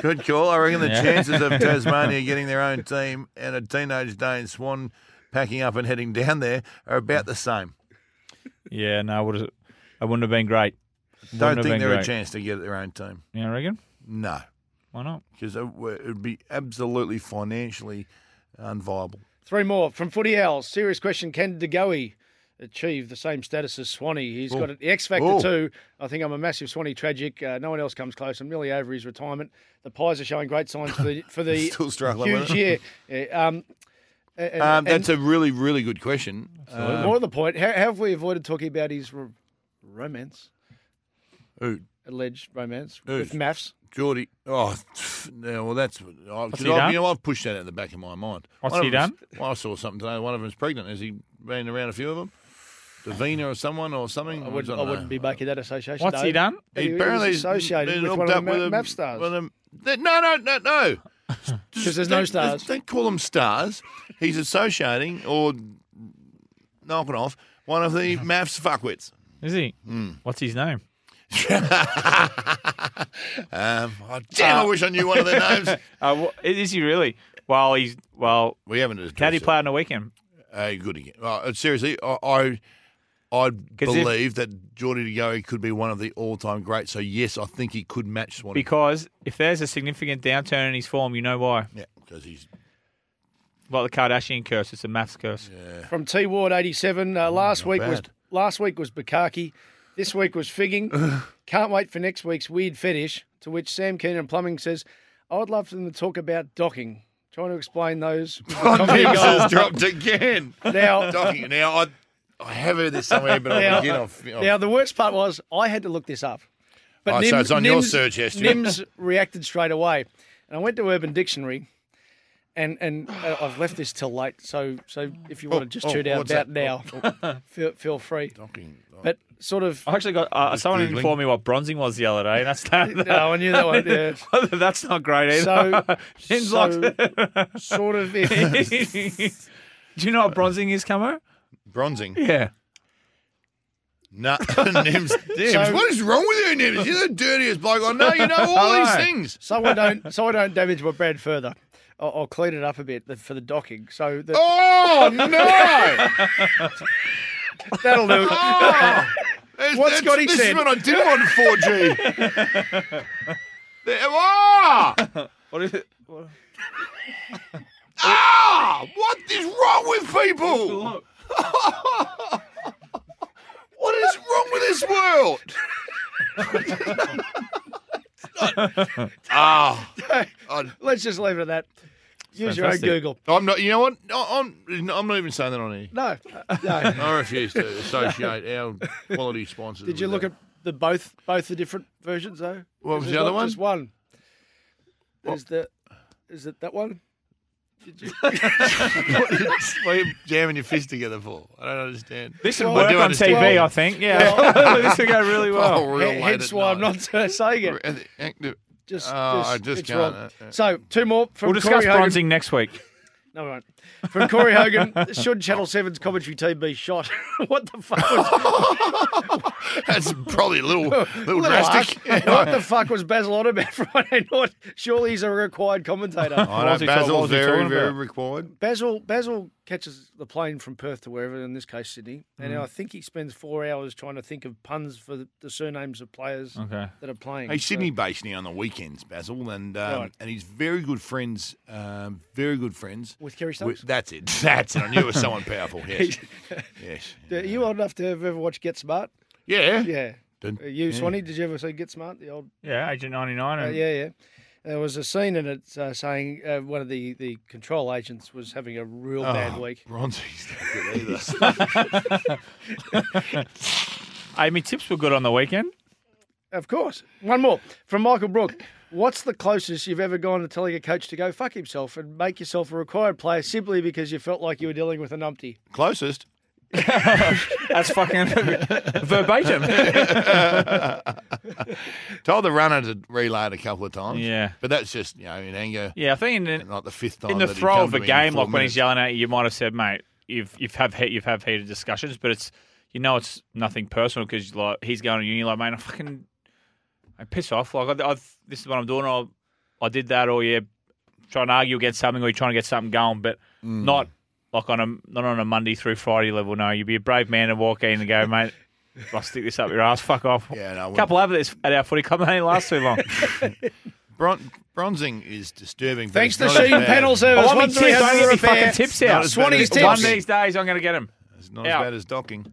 S2: Good call. I reckon the chances of Tasmania getting their own team and a teenage Dane Swan packing up and heading down there are about the same.
S3: yeah. No, what is it? I wouldn't have been great.
S2: Don't
S3: Wouldn't have
S2: think
S3: been
S2: they're a
S3: great.
S2: chance to get their own team.
S3: You know, I reckon.
S2: No,
S3: Why not?
S2: because it w- it would be absolutely financially unviable.
S1: Three more from Footy Owls. Serious question: Can DeGoey achieve the same status as Swanee? He's got an X Factor
S2: Ooh.
S1: too. I think I'm a massive Swanee tragic. Uh, no one else comes close. I'm nearly over his retirement. The Pies are showing great signs for the for the
S2: Still struggling
S1: huge
S2: with
S1: year. Yeah, um, and,
S2: Um,
S1: and
S2: that's a really, really good question. Uh,
S1: more to the point, how, how have we avoided talking about his r romance,
S2: ooh,
S1: alleged romance
S2: Who's?
S1: with maths?
S2: Geordie. Oh, no, well, that's. I,
S3: he
S2: I,
S3: done?
S2: You know, I've pushed that out the back of my mind.
S3: What's
S2: One
S3: he
S2: of them's- Well, I saw something today. One of them's pregnant. Has he been around a few of them? Davina or someone or something?
S1: I wouldn't, I
S2: don't know.
S1: wouldn't be making that association.
S3: What's
S1: no.
S3: he done?
S1: He, he was associated
S2: been
S1: with
S2: hooked
S1: one of the
S2: up with
S1: ma-
S2: a-
S1: math stars.
S2: with a- that- no, no, no, no.
S1: 'Cause there's no
S2: Don't-
S1: stars.
S2: Don't call them stars. He's associating or knocking off one of the maths fuckwits.
S3: Is he?
S2: Hmm.
S3: What's his name?
S2: Um,
S3: Ah.
S2: oh, damn, I wish I knew one of their names.
S3: Uh, wha- is he really? Well, he's well.
S2: We haven't. addressed
S3: How do you
S2: it.
S3: play on the weekend?
S2: Uh, good again. Uh, seriously, I. I I
S3: 'Cause if-
S2: believe that Geordie DeGoey could be one of the all-time greats. So yes, I think he could match Swanee.
S3: Because if there's a significant downturn in his form, you know why.
S2: yeah, because he's
S3: Like the Kardashian curse, it's a maths curse.
S1: from T Ward eighty seven. Uh, last week was
S2: Oh, bad.
S1: last week was Bukaki. This week was figging. Can't wait for next week's weird fetish. To which Sam Keenan Plumbing says, I would love for them to talk about docking. Trying to explain those. with the company
S2: Diggs has
S1: goal.
S2: dropped again.
S1: Now-
S2: Docking. Now, I, I have heard this somewhere, but I'm
S1: Now-
S2: again, I've, I've,
S1: Now, the worst part was I had to look this up.
S2: Oh, so
S1: Nim-
S2: it's on your search history.
S1: Nims reacted straight away. And I went to Urban Dictionary, and, and uh, I've left this till late. So so if you want to just
S2: oh,
S1: tune out
S2: what's
S1: about now,
S2: that? Oh,
S1: feel, feel free.
S2: docking. oh.
S1: But sort of.
S3: I actually got uh, someone
S2: Googling.
S3: informed me what bronzing was the other day, and that's that.
S1: No, I knew that one. Yeah.
S3: that's not great
S1: So,
S3: either. Tim's
S1: so
S3: like-
S1: sort of. if-
S3: Do you know what bronzing is, Camo?
S2: Bronzing.
S3: Yeah.
S2: No, Nims. Nims.
S1: So-
S2: what is wrong with you, Nims? You're the dirtiest bloke I know. You know all these
S3: Hello.
S2: things.
S1: So I don't, so I don't damage my brand further. I'll, I'll clean it up a bit for the docking. So that,
S2: Oh, no.
S1: that'll do. it.
S2: Oh,
S1: What
S2: that's-
S1: Scotty
S2: this
S1: said.
S2: is when I did want 4G. There- ah!
S3: What is it?
S2: Ah! What is wrong with people? what is wrong with this world? Ah! I-
S1: Let's just leave it at that. Use
S3: fantastic.
S1: your own Google.
S2: I'm not. You know what? I- I'm. I'm not even saying that on here.
S1: No, no.
S2: I refuse to associate our quality sponsors.
S1: Did you
S2: with
S1: look
S2: that.
S1: at the both both the different versions though?
S2: What was
S1: There's
S2: the other
S1: not
S2: one?
S1: Just one. Is the is it that one?
S2: what are you- what are you jamming your fist together for? I don't understand.
S3: This would
S1: Well,
S2: I
S3: work
S2: do
S3: on
S2: understand.
S3: TV,
S2: Well-
S3: I think. Yeah, this would go really
S2: Oh,
S3: well.
S2: real
S1: H-
S2: late
S1: Hence
S2: at
S1: why I'm
S2: night.
S1: not saying it. Just,
S2: oh, I
S1: just,
S2: just
S1: it's
S2: can't. uh,
S1: wrong. So two more from
S3: We'll discuss
S1: Corey Hogan.
S3: bronzing next week.
S1: No, we won't. From Corey Hogan, should Channel 7's commentary team be shot? what the fuck was
S2: That's probably a little, little,
S1: Little
S2: drastic.
S1: harsh. What the fuck was Basil on about Friday night? Surely he's a required commentator.
S2: I
S3: What was
S2: know
S3: he talk- what
S2: Basil's
S3: was he
S2: very,
S3: talking
S2: very
S3: about?
S2: required.
S1: Basil Basil catches the plane from Perth to wherever, in this case Sydney,
S2: Mm.
S1: and I think he spends four hours trying to think of puns for the, the surnames of players
S3: Okay.
S1: that are playing.
S2: He's
S1: So-
S2: Sydney based now on the weekends, Basil, and um,
S1: Right.
S2: and he's very good friends, um, very good friends
S1: With Kerry Stokes?
S2: With- That's it. That's it. I knew it was someone powerful. Yes. yes.
S1: Are you old enough to have ever watched Get Smart?
S2: Yeah.
S1: Yeah.
S2: Dun-
S1: Uh, You,
S2: yeah.
S1: Swanee, did you ever see Get Smart? The old
S3: Yeah, Agent 99.
S1: Uh,
S3: And,
S1: yeah, yeah. There was a scene in it uh, saying uh, one of the, the control agents was having a real bad
S2: Oh,
S1: week.
S2: Bronzy's not good either.
S3: Amy tips were good on the weekend.
S1: Of course. One more from Michael Brook. What's the closest you've ever gone to telling a coach to go fuck himself and make yourself a required player simply because you felt like you were dealing with an umpty?
S2: Closest.
S3: That's fucking verbatim.
S2: Told the runner to reload a couple of times.
S3: Yeah.
S2: But that's just, you know, in anger.
S3: Yeah, I think in,
S2: And like the fifth time.
S3: in the
S2: that he
S3: throw
S2: come
S3: of
S2: to
S3: a
S2: me in
S3: game,
S2: four
S3: like when he's
S2: minutes.
S3: yelling at you, you might have said, "Mate, you've you've have he- you've have heated discussions," but it's you know it's nothing personal because like he's going to uni, like mate, I fucking I piss off. Like I, I, this is what I'm doing. I I did that, or yeah, trying to argue against something, or you're trying to get something going, but
S2: Mm.
S3: not like on a not on a Monday through Friday level. No, you'd be a brave man to walk in and go, mate. I'll stick this up your ass. Fuck off.
S2: Yeah, no, I
S3: a
S2: wouldn't.
S3: couple of this at our footy club it ain't last too long.
S2: Bron- bronzing is disturbing. but
S1: Thanks to
S2: it's not as
S1: Sheen
S2: bad.
S1: Panel
S3: I
S1: Service.
S3: want me tips. I don't
S1: 1300
S3: get me
S1: repair.
S3: fucking tips out.
S2: Not as bad
S1: Swanny's
S2: as
S1: tips.
S3: One of
S2: docking.
S3: these days, I'm going to get him.
S2: It's not as
S3: Out.
S2: bad as docking.